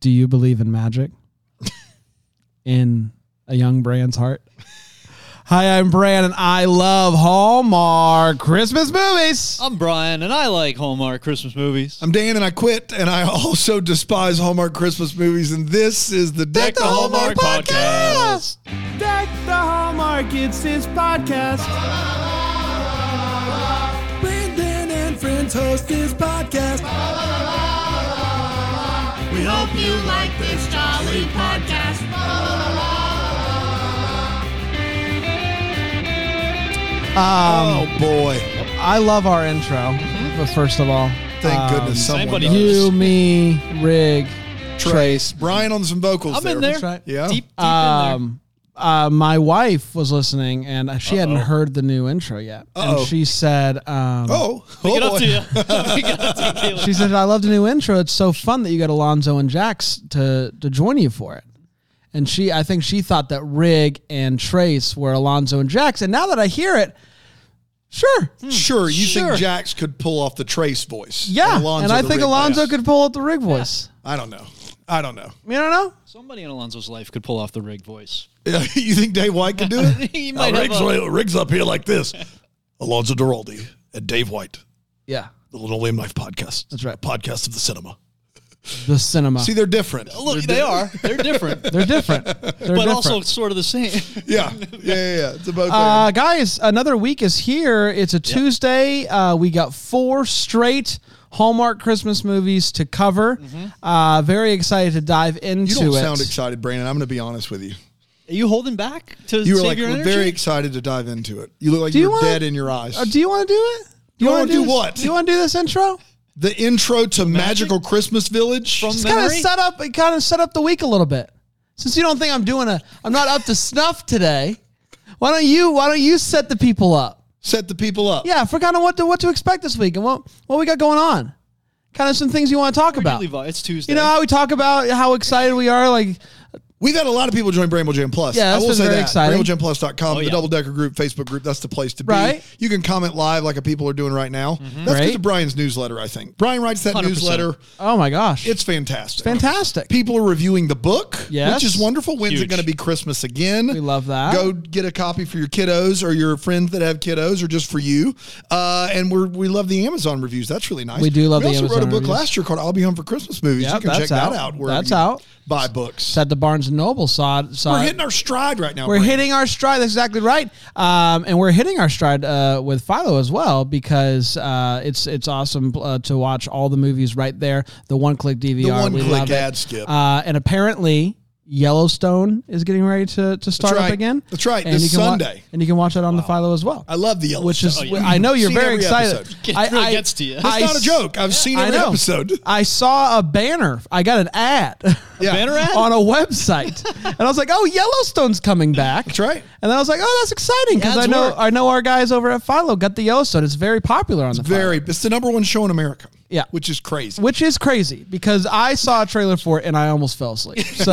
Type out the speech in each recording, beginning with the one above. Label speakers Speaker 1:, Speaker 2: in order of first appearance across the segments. Speaker 1: Do you believe in magic? in a young brand's heart? Hi, I'm Brand, and I love Hallmark Christmas movies.
Speaker 2: I'm Brian, and I like Hallmark Christmas movies.
Speaker 3: I'm Dan, and I quit, and I also despise Hallmark Christmas movies. And this is the Deck, the Hallmark, podcast.
Speaker 1: Deck the Hallmark, it's his podcast.
Speaker 3: Brandon and friends host this podcast.
Speaker 4: We hope you like this jolly podcast.
Speaker 3: Oh boy!
Speaker 1: Um, I love our intro, but first of all,
Speaker 3: Thank
Speaker 1: um,
Speaker 3: goodness someone
Speaker 2: anybody
Speaker 3: knows.
Speaker 1: You, me, Rig, Trace.
Speaker 3: Brian on some vocals.
Speaker 2: I'm in there.
Speaker 1: That's right.
Speaker 3: Yeah.
Speaker 2: Deep, deep in
Speaker 1: Um, uh, my wife was listening, and she hadn't heard the new intro yet,
Speaker 3: Uh-oh.
Speaker 1: and she said, um,
Speaker 3: Oh,
Speaker 2: there.
Speaker 3: oh
Speaker 2: Get up
Speaker 3: boy.
Speaker 2: to you. Get up to you.
Speaker 1: She said, I love the new intro. It's so fun that you got Alonzo and Jax to, to join you for it. And she, I think she thought that Rig and Trace were Alonzo and Jax. And now that I hear it, sure.
Speaker 3: Sure, you
Speaker 1: Sure.
Speaker 3: think Jax could pull off the Trace voice?
Speaker 1: Yeah. And,
Speaker 3: Alonzo
Speaker 1: I
Speaker 3: the
Speaker 1: think
Speaker 3: Rig
Speaker 1: Alonzo
Speaker 3: voice.
Speaker 1: could pull up the Rig voice.
Speaker 3: I don't know. I don't know.
Speaker 1: You don't know?
Speaker 2: Somebody in Alonzo's life could pull off the rig voice.
Speaker 3: Yeah, you think Dave White could do it?
Speaker 2: he
Speaker 3: Uh,
Speaker 2: might have
Speaker 3: Riggs,
Speaker 2: a-
Speaker 3: Riggs up here like this. Alonzo Duraldi and Dave White,
Speaker 1: Yeah.
Speaker 3: the Linoleum Knife podcast.
Speaker 1: That's right.
Speaker 3: A podcast of the cinema.
Speaker 1: The cinema.
Speaker 3: See, they're different.
Speaker 2: Look, they are. They're different, but
Speaker 1: They're different. They're different.
Speaker 2: also sort of the same.
Speaker 3: Yeah. Yeah, yeah, yeah. It's about
Speaker 1: Uh, guys, another week is here. It's a Tuesday. Uh, we got four straight Hallmark Christmas movies to cover. Uh, very excited to dive into
Speaker 3: You don't
Speaker 1: it.
Speaker 3: sound excited, Brandon. I'm going to be honest with you.
Speaker 2: Are you holding back to
Speaker 3: You were
Speaker 2: save
Speaker 3: like
Speaker 2: your energy?
Speaker 3: very excited to dive into it. You look like
Speaker 1: Do you
Speaker 3: you're
Speaker 1: wanna-
Speaker 3: dead in your eyes.
Speaker 1: Uh, do you want to do it? Do you,
Speaker 3: wanna
Speaker 1: wanna
Speaker 3: do
Speaker 1: this-
Speaker 3: what?
Speaker 1: Do you want to do this intro?
Speaker 3: the intro to Magical Christmas Village.
Speaker 2: From
Speaker 1: It's kind of
Speaker 2: memory?
Speaker 1: set up. It kind of set up the week a little bit. Since you don't think I'm doing a, I'm not up to snuff today. Why don't you? Why don't you set the people up?
Speaker 3: set the people up.
Speaker 1: Yeah, for kind of what to what to expect this week and what what we got going on. Kind of some things you want to talk about.
Speaker 2: Levi, it's Tuesday.
Speaker 1: You know how we talk about how excited we are. Like
Speaker 3: We've had a lot of people join Bramble Jam Plus.
Speaker 1: Yeah,
Speaker 3: I
Speaker 1: that's
Speaker 3: will
Speaker 1: been
Speaker 3: say
Speaker 1: very
Speaker 3: that.
Speaker 1: exciting.
Speaker 3: BrambleJamPlus.com,
Speaker 2: Oh,
Speaker 3: the
Speaker 2: yeah.
Speaker 3: Double Decker Group Facebook group. That's the place to be.
Speaker 1: Right. Mm-hmm.
Speaker 3: You can comment live like a people are doing right now. That's because
Speaker 1: Right.
Speaker 3: of Brian's newsletter. I think Brian writes that
Speaker 2: 100%.
Speaker 3: newsletter.
Speaker 1: oh my gosh,
Speaker 3: It's fantastic.
Speaker 1: fantastic.
Speaker 3: People are reviewing the book,
Speaker 1: Yes.
Speaker 3: which is wonderful. When's it
Speaker 2: Huge.
Speaker 3: going to be Christmas again?
Speaker 1: We love that.
Speaker 3: Go get a copy for your kiddos or your friends that have kiddos or just for you. Uh, and we're, we love the Amazon reviews. That's really nice.
Speaker 1: We do love
Speaker 3: we
Speaker 1: the
Speaker 3: also wrote a
Speaker 1: Amazon
Speaker 3: book
Speaker 1: reviews.
Speaker 3: last year called I'll Be Home for Christmas Movies.
Speaker 1: Yep,
Speaker 3: you can check
Speaker 1: that's
Speaker 3: that
Speaker 1: out.
Speaker 3: out. wherever
Speaker 1: That's
Speaker 3: you
Speaker 1: out.
Speaker 3: Buy books.
Speaker 1: It's at the Barnes and Noble side. side.
Speaker 3: we're hitting our stride right now.
Speaker 1: We're
Speaker 3: Brandon.
Speaker 1: hitting our stride. That's exactly right. Um, and we're hitting our stride uh, with Philo as well because uh, it's it's awesome uh, to watch all the movies right there. The one click DVR,
Speaker 3: the one
Speaker 1: we
Speaker 3: click
Speaker 1: love it.
Speaker 3: ad skip.
Speaker 1: Uh, and apparently. Yellowstone is getting ready to, to start
Speaker 3: right.
Speaker 1: up again.
Speaker 3: That's right.
Speaker 1: And
Speaker 3: This
Speaker 1: you can wa-
Speaker 3: Sunday.
Speaker 1: and you can watch it on the Philo as well.
Speaker 3: I love the Yellowstone.
Speaker 1: which is
Speaker 3: Oh, yeah.
Speaker 1: I know you're
Speaker 3: Seen
Speaker 1: very
Speaker 3: every
Speaker 1: excited.
Speaker 3: episode.
Speaker 2: Get-
Speaker 1: I,
Speaker 2: really
Speaker 1: I-
Speaker 2: gets to you. That's
Speaker 1: I
Speaker 3: It's not a
Speaker 1: s-
Speaker 3: joke. I've seen
Speaker 1: I
Speaker 3: every
Speaker 1: know.
Speaker 3: episode.
Speaker 1: I saw a banner. I got an ad.
Speaker 3: Yeah.
Speaker 2: Banner ad?
Speaker 1: on a website, and I was like, "Oh, Yellowstone's coming back." That's
Speaker 3: right.
Speaker 1: And then I was like, "Oh, that's exciting because I
Speaker 2: ads
Speaker 1: know
Speaker 2: work.
Speaker 1: I know our guys over at Philo got the Yellowstone. It's very popular on the Philo,
Speaker 3: Very. It's the number one show in America.
Speaker 1: Yeah.
Speaker 3: Which is crazy.
Speaker 1: which is crazy because I saw a trailer for it and I almost fell asleep. So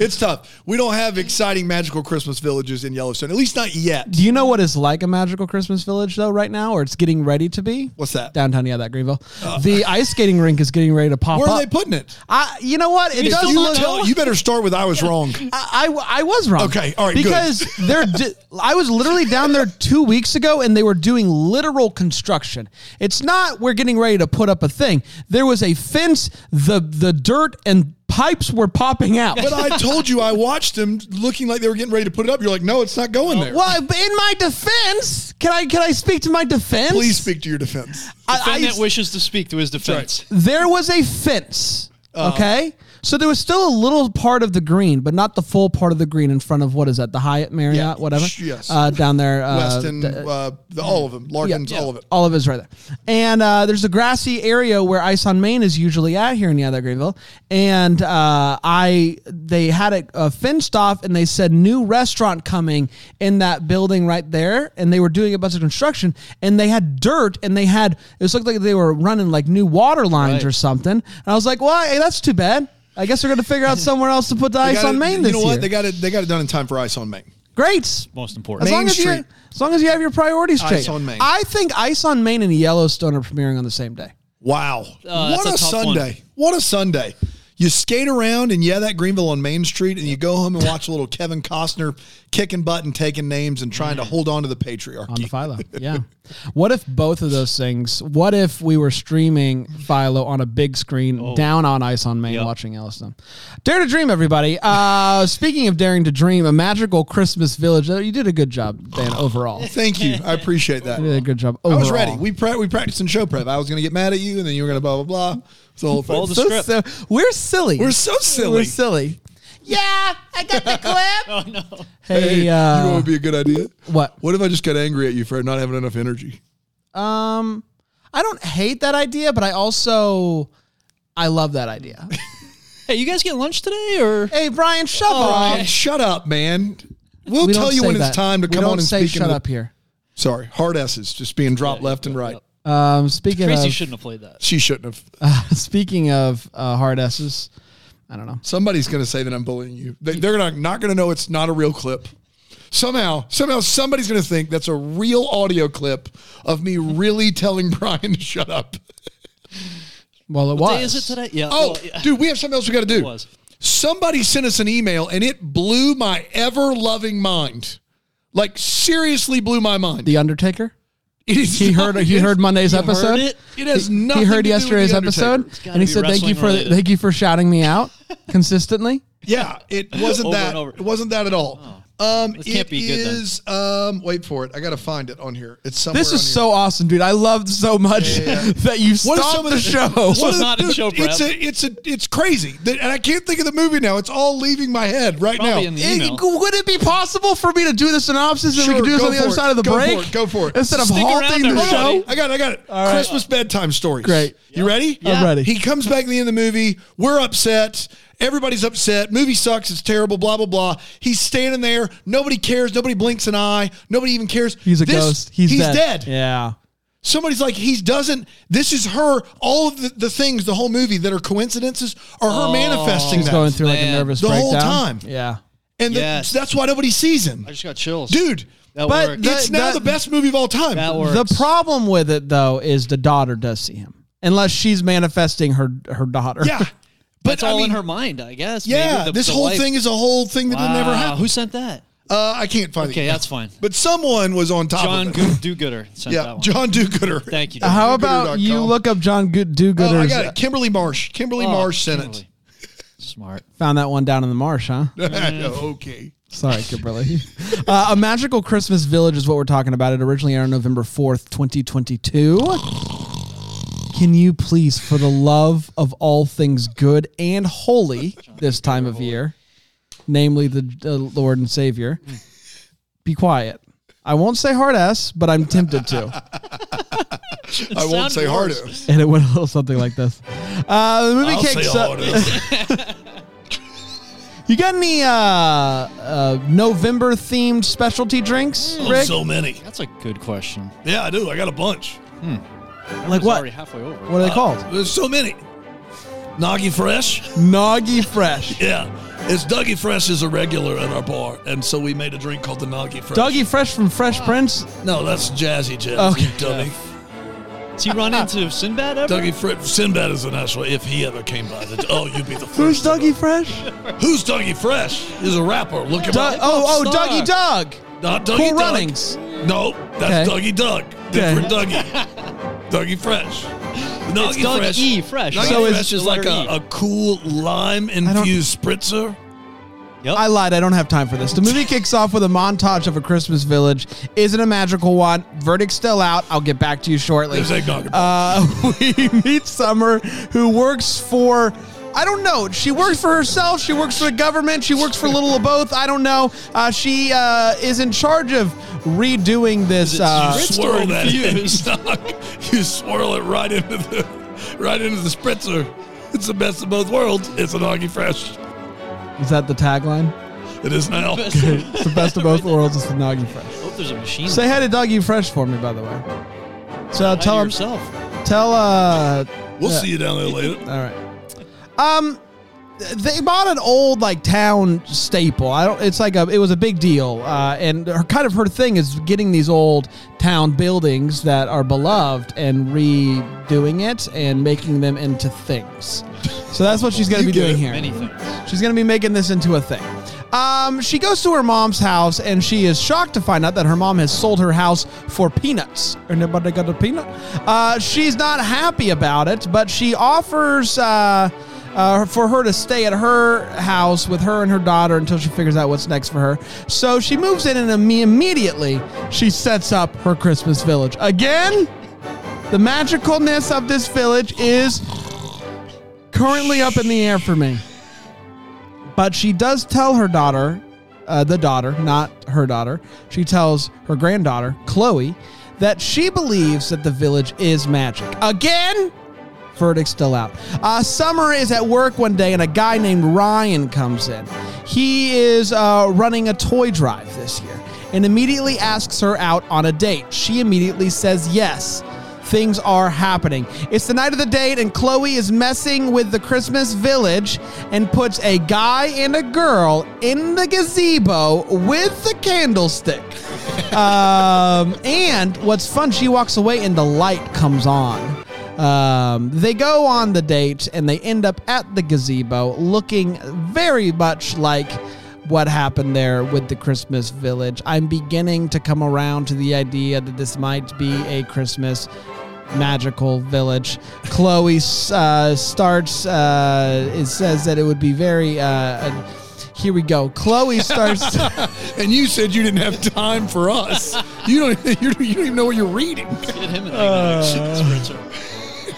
Speaker 3: It's tough. We don't have exciting magical Christmas villages in Yellowstone, at least not yet.
Speaker 1: Do you know what is like a magical Christmas village though right now, or it's getting ready to be?
Speaker 3: What's that? Uh.
Speaker 1: Downtown, yeah, that Greenville. The ice skating rink is getting ready to pop
Speaker 3: Where
Speaker 1: up.
Speaker 3: are they putting it?
Speaker 1: I, you know what? It
Speaker 2: You
Speaker 1: does
Speaker 2: still
Speaker 1: look.
Speaker 2: not know?
Speaker 3: You better start with I was wrong.
Speaker 1: I, I I was wrong.
Speaker 3: Okay, all right, good.
Speaker 1: Because they're, di- I was literally down there two weeks ago, and they were doing literal construction. It's not we're getting ready to put up a thing. There was a fence. The the dirt and pipes were popping out.
Speaker 3: But I told you I watched them looking like they were getting ready to put it up. You're like, no, it's not going there.
Speaker 1: well, in my defense, can I can I speak to my defense?
Speaker 3: Please speak to your defense.
Speaker 1: I, I,
Speaker 2: Defendant wishes to speak to his defense.
Speaker 1: there was a fence.
Speaker 3: Uh-huh.
Speaker 1: Okay. So there was still a little part of the green, but not the full part of the green in front of what is that? The Hyatt Marriott,
Speaker 3: Yeah,
Speaker 1: whatever.
Speaker 3: sh- yes.
Speaker 1: Uh, down there. Uh,
Speaker 3: Weston,
Speaker 1: d-
Speaker 3: uh, the, all of them, Larkins, all of it.
Speaker 1: all of it's right there. And uh, there's a grassy area where Ice on Main is usually at here in Yada Greenville. And uh, I, they had it uh, fenced off, and they said new restaurant coming in that building right there. And they were doing a bunch of construction, and they had dirt, and they had it was looked like they were running like new water lines
Speaker 2: Right.
Speaker 1: or something. And I was like, well, hey, that's too bad. I guess they're going to figure out somewhere else to put the
Speaker 3: They
Speaker 1: ice
Speaker 3: got
Speaker 1: on
Speaker 3: it-
Speaker 1: Main
Speaker 3: you
Speaker 1: this
Speaker 3: know what?
Speaker 1: year.
Speaker 3: They got it. They got it done in time for Ice on Main.
Speaker 1: Great.
Speaker 2: Most important.
Speaker 1: As
Speaker 3: Main
Speaker 1: long as, you,
Speaker 3: Street.
Speaker 1: as long as you have your priorities straight.
Speaker 3: on Main.
Speaker 1: I think Ice on Main and Yellowstone are premiering on the same day.
Speaker 3: Wow!
Speaker 2: Uh,
Speaker 3: what a,
Speaker 2: that's a tough one.
Speaker 3: Sunday! What a Sunday! You skate around and yeah, that Greenville on Main Street, and you go home and watch a little Kevin Costner kicking butt and taking names and trying to hold on to the patriarchy.
Speaker 1: on the Philo. Yeah. what if both of those things? What if we were streaming Philo on a big screen
Speaker 3: Oh.
Speaker 1: down on ice on Main,
Speaker 2: Yep.
Speaker 1: watching Yellowstone? Dare to dream, everybody. Uh, speaking of daring to dream, a magical Christmas village. Oh, You did a good job, Dan. Overall, you
Speaker 3: Thank you, I appreciate that.
Speaker 1: did a good job.
Speaker 3: I
Speaker 1: Overall.
Speaker 3: was ready. We pre- we practiced in show prep. I was going to get mad at you, and then you were going to blah blah blah. It's the whole thing.
Speaker 2: Follow the
Speaker 1: So-
Speaker 2: script.
Speaker 1: so- we're silly.
Speaker 3: We're so silly.
Speaker 1: We're silly.
Speaker 4: Yeah, I got the clip.
Speaker 2: oh no.
Speaker 1: Hey,
Speaker 3: you know what
Speaker 1: uh,
Speaker 3: would be a good idea?
Speaker 1: what?
Speaker 3: What if I just got angry at you for not having enough energy?
Speaker 1: Um, I don't hate that idea, but I also I love that idea.
Speaker 2: Hey, you guys get lunch today or?
Speaker 1: hey, Brian, shut up.
Speaker 3: Oh, Brian, shut up, man. We'll
Speaker 1: We don't
Speaker 3: tell you
Speaker 1: say
Speaker 3: when
Speaker 1: that.
Speaker 3: it's time to
Speaker 1: We
Speaker 3: come
Speaker 1: don't
Speaker 3: on and
Speaker 1: say
Speaker 3: speak. in
Speaker 1: shut
Speaker 3: the-
Speaker 1: up here.
Speaker 3: Sorry, hard S's just being dropped left and right.
Speaker 1: Um, speaking
Speaker 2: Tracy
Speaker 1: of
Speaker 2: shouldn't have played that.
Speaker 3: She shouldn't have.
Speaker 1: speaking of uh, hard S's, I don't know.
Speaker 3: Somebody's going to say that I'm bullying you. They, they're not, not going to know it's not a real clip. Somehow, somehow, somebody's going to think that's a real audio clip of me really telling Brian to shut up.
Speaker 1: Well, it
Speaker 2: What
Speaker 1: was.
Speaker 2: Day is it today? Yeah.
Speaker 3: Oh,
Speaker 2: well, yeah.
Speaker 3: dude, we have something else we got to do.
Speaker 2: was.
Speaker 3: Somebody sent us an email and it blew my ever loving mind. Like seriously, blew my mind.
Speaker 1: The Undertaker.
Speaker 3: it is
Speaker 1: He heard. He heard Monday's
Speaker 2: heard
Speaker 1: episode.
Speaker 2: it?
Speaker 3: It has nothing.
Speaker 1: He heard
Speaker 3: to do with The
Speaker 1: yesterday's
Speaker 3: Undertaker.
Speaker 1: episode,
Speaker 2: gotta
Speaker 1: and
Speaker 2: be
Speaker 1: he said, "Thank you
Speaker 2: wrestling
Speaker 1: for
Speaker 2: related.
Speaker 1: thank you for shouting me out consistently."
Speaker 3: Yeah, it wasn't
Speaker 2: Over
Speaker 3: that.
Speaker 2: and over. Oh.
Speaker 3: It wasn't that at all. Um,
Speaker 2: This can't
Speaker 3: it
Speaker 2: be good, then.
Speaker 3: is, Um, wait for it. I got to find it on here. It's somewhere.
Speaker 1: This
Speaker 3: on
Speaker 1: is
Speaker 3: here.
Speaker 1: so awesome, dude! I loved so much that you
Speaker 3: What is
Speaker 1: stopped
Speaker 3: some of
Speaker 1: the
Speaker 3: the-
Speaker 1: show.
Speaker 2: This was not in
Speaker 3: Dude,
Speaker 2: show prep.
Speaker 3: It's a, it's a, it's crazy, That- and I can't think of the movie now. It's all leaving my head right
Speaker 2: Probably
Speaker 3: now.
Speaker 2: in the
Speaker 1: It-
Speaker 2: email.
Speaker 1: would it be possible for me to do the synopsis and
Speaker 3: Sure,
Speaker 1: we could do this
Speaker 3: go
Speaker 1: on the
Speaker 3: for
Speaker 1: other
Speaker 3: it.
Speaker 1: side of the
Speaker 3: Go
Speaker 1: break?
Speaker 3: for it, go for it.
Speaker 1: Instead of
Speaker 2: Stick around,
Speaker 1: halting the
Speaker 2: everybody.
Speaker 1: show?
Speaker 3: I got it. I got it.
Speaker 1: right.
Speaker 3: Christmas bedtime stories.
Speaker 1: Great.
Speaker 3: You ready?
Speaker 1: I'm ready.
Speaker 3: He comes back at the end of the movie. We're upset. Everybody's upset. Movie sucks. It's terrible. Blah blah blah. He's standing there. Nobody cares. Nobody blinks an eye. Nobody even cares.
Speaker 1: He's a
Speaker 3: This-
Speaker 1: ghost. He's,
Speaker 3: dead.
Speaker 1: Yeah.
Speaker 3: Somebody's like, he doesn't. This is her. All of the, the things, the whole movie that are coincidences, are
Speaker 2: Oh.
Speaker 3: her manifesting
Speaker 1: He's
Speaker 3: that.
Speaker 1: going through like a
Speaker 2: man.
Speaker 1: nervous
Speaker 3: The whole
Speaker 1: breakdown.
Speaker 3: time.
Speaker 1: Yeah.
Speaker 3: and the-
Speaker 2: Yes.
Speaker 3: that's why nobody sees him,
Speaker 2: I just got chills.
Speaker 3: dude.
Speaker 2: That
Speaker 1: but
Speaker 2: worked.
Speaker 1: the-
Speaker 3: it's now
Speaker 1: that-
Speaker 3: the best movie of all time.
Speaker 2: that worked.
Speaker 1: The problem with it though is the daughter does see him. Unless she's manifesting her her daughter.
Speaker 3: Yeah, but
Speaker 2: That's
Speaker 3: I
Speaker 2: all
Speaker 3: mean,
Speaker 2: in her mind, I guess.
Speaker 3: Yeah,
Speaker 2: Maybe the-
Speaker 3: this
Speaker 2: the
Speaker 3: whole
Speaker 2: wife-
Speaker 3: thing is a whole thing that
Speaker 2: Wow.
Speaker 3: will never happen.
Speaker 2: Who sent that?
Speaker 3: Uh, I can't find
Speaker 2: Okay,
Speaker 3: it.
Speaker 2: that's fine.
Speaker 3: But someone was on top
Speaker 2: John
Speaker 3: of it.
Speaker 2: Good Do Gooder sent
Speaker 3: yeah,
Speaker 2: that one.
Speaker 3: John Dugooder.
Speaker 2: Thank you. John.
Speaker 1: How
Speaker 3: Dogooder.com.
Speaker 1: about you look up John Good Do
Speaker 3: Oh, I
Speaker 1: Gooders?
Speaker 3: got it. Kimberly Marsh. Kimberly
Speaker 2: Oh,
Speaker 3: Marsh sent
Speaker 2: Kimberly. Smart.
Speaker 1: uh, Found that one down in the marsh, huh?
Speaker 3: it.
Speaker 2: Mm.
Speaker 3: okay.
Speaker 1: Sorry, Kimberly. uh, a magical Christmas village is what we're talking about. It originally aired on November 4th, 2022. Can you please, for the love of all things good and holy this time of year, namely the uh, Lord and Savior, be quiet? I won't say hard ass, but I'm tempted to.
Speaker 3: I won't
Speaker 2: sounds
Speaker 3: say hard.
Speaker 2: worse.
Speaker 1: And it went a little something like this. Uh, the movie
Speaker 3: I'll say
Speaker 1: kicks up.
Speaker 3: hard.
Speaker 1: You got any uh, uh, November themed specialty drinks, Rick?
Speaker 3: Mm. so many.
Speaker 2: That's a good question.
Speaker 3: Yeah, I do. I got a bunch.
Speaker 1: Like
Speaker 2: It's
Speaker 1: what?
Speaker 2: Already halfway over.
Speaker 1: What are they called?
Speaker 3: There's so many. Noggy Fresh.
Speaker 1: Noggy Fresh.
Speaker 3: Yeah. It's Dougie Fresh is a regular at our bar, and so we made a drink called the Noggy Fresh.
Speaker 1: Dougie Fresh from Fresh Prince.
Speaker 3: No, that's Jazzy Jazz.
Speaker 1: Okay.
Speaker 3: Dummy.
Speaker 2: Does he run into Sinbad ever?
Speaker 3: Dougie Fresh. Sinbad is an asshole. If he ever came by, the, oh, you'd be the first.
Speaker 1: Who's
Speaker 3: to know.
Speaker 1: Dougie Fresh?
Speaker 3: Who's Dougie Fresh? He's a rapper. Look him
Speaker 1: Doug,
Speaker 3: up.
Speaker 1: oh, oh,
Speaker 2: Star.
Speaker 1: Dougie Doug.
Speaker 3: Not Dougie
Speaker 1: Cool
Speaker 3: Doug.
Speaker 1: Runnings.
Speaker 3: No, that's
Speaker 1: Okay.
Speaker 3: Dougie Doug. Different Dougie. Dougie Fresh. No,
Speaker 2: It's Doug E. Fresh. E.
Speaker 3: Dougie
Speaker 1: So is-
Speaker 3: Fresh is like a, a cool lime infused spritzer.
Speaker 1: I lied. I don't have time for this. The movie kicks off with a montage of a Christmas village. Isn't a magical one. Verdict's still out. I'll get back to you shortly.
Speaker 3: There's eggnog.
Speaker 1: Uh, we meet Summer, who works for. I don't know. She works for herself. She works for the government. She works for a little of both. I don't know. Uh, she uh, is in charge of redoing this.
Speaker 2: it
Speaker 1: uh,
Speaker 3: you
Speaker 2: Spritzer
Speaker 3: swirl that
Speaker 2: infused.
Speaker 3: eggnog. You swirl it right into the right into the spritzer. It's the best of both worlds. It's an Dougie Fresh.
Speaker 1: is that the tagline?
Speaker 3: It is now.
Speaker 1: It's the best of both worlds. It's the Noggy Fresh.
Speaker 2: hope there's a machine.
Speaker 1: Say hi to Doggy Fresh for me, by the way. So
Speaker 2: Hi to
Speaker 1: tell him,
Speaker 2: yourself.
Speaker 1: tell uh,
Speaker 3: We'll
Speaker 1: Yeah.
Speaker 3: see you down there later.
Speaker 1: all right. Um, they bought an old like town staple. I don't. It's like a. It was a big deal, uh, and her kind of her thing is getting these old town buildings that are beloved and redoing it and making them into things. So that's what she's going to
Speaker 3: You
Speaker 1: be
Speaker 3: get
Speaker 1: doing
Speaker 3: it.
Speaker 1: here.
Speaker 2: Many things.
Speaker 1: She's going to be making this into a thing. Um, she goes to her mom's house and she is shocked to find out that her mom has sold her house for peanuts. Anybody got a peanut? Uh, she's not happy about it, but she offers uh, uh, for her to stay at her house with her and her daughter until she figures out what's next for her. So she moves in and imme- immediately she sets up her Christmas village. Again, the magicalness of this village is currently up in the air for me. But she does tell her daughter, uh, the daughter, not her daughter, she tells her granddaughter, Chloe, that she believes that the village is magic. Again, verdict's still out. Uh, Summer is at work one day and a guy named Ryan comes in. He is uh, running a toy drive this year and immediately asks her out on a date. She immediately says yes. Things are happening. It's the night of the date, and Chloe is messing with the Christmas village and puts a guy and a girl in the gazebo with the candlestick. um, and what's fun, she walks away and the light comes on. Um, they go on the date and they end up at the gazebo looking very much like what happened there with the Christmas village. I'm beginning to come around to the idea that this might be a Christmas magical village. Chloe uh, starts, uh, it says that it would be very. Uh, uh, here we go. Chloe starts.
Speaker 3: And you said you didn't have time for us. You don't. You don't, you don't even know what you're reading.
Speaker 2: Get him an
Speaker 3: Uh,
Speaker 2: egg.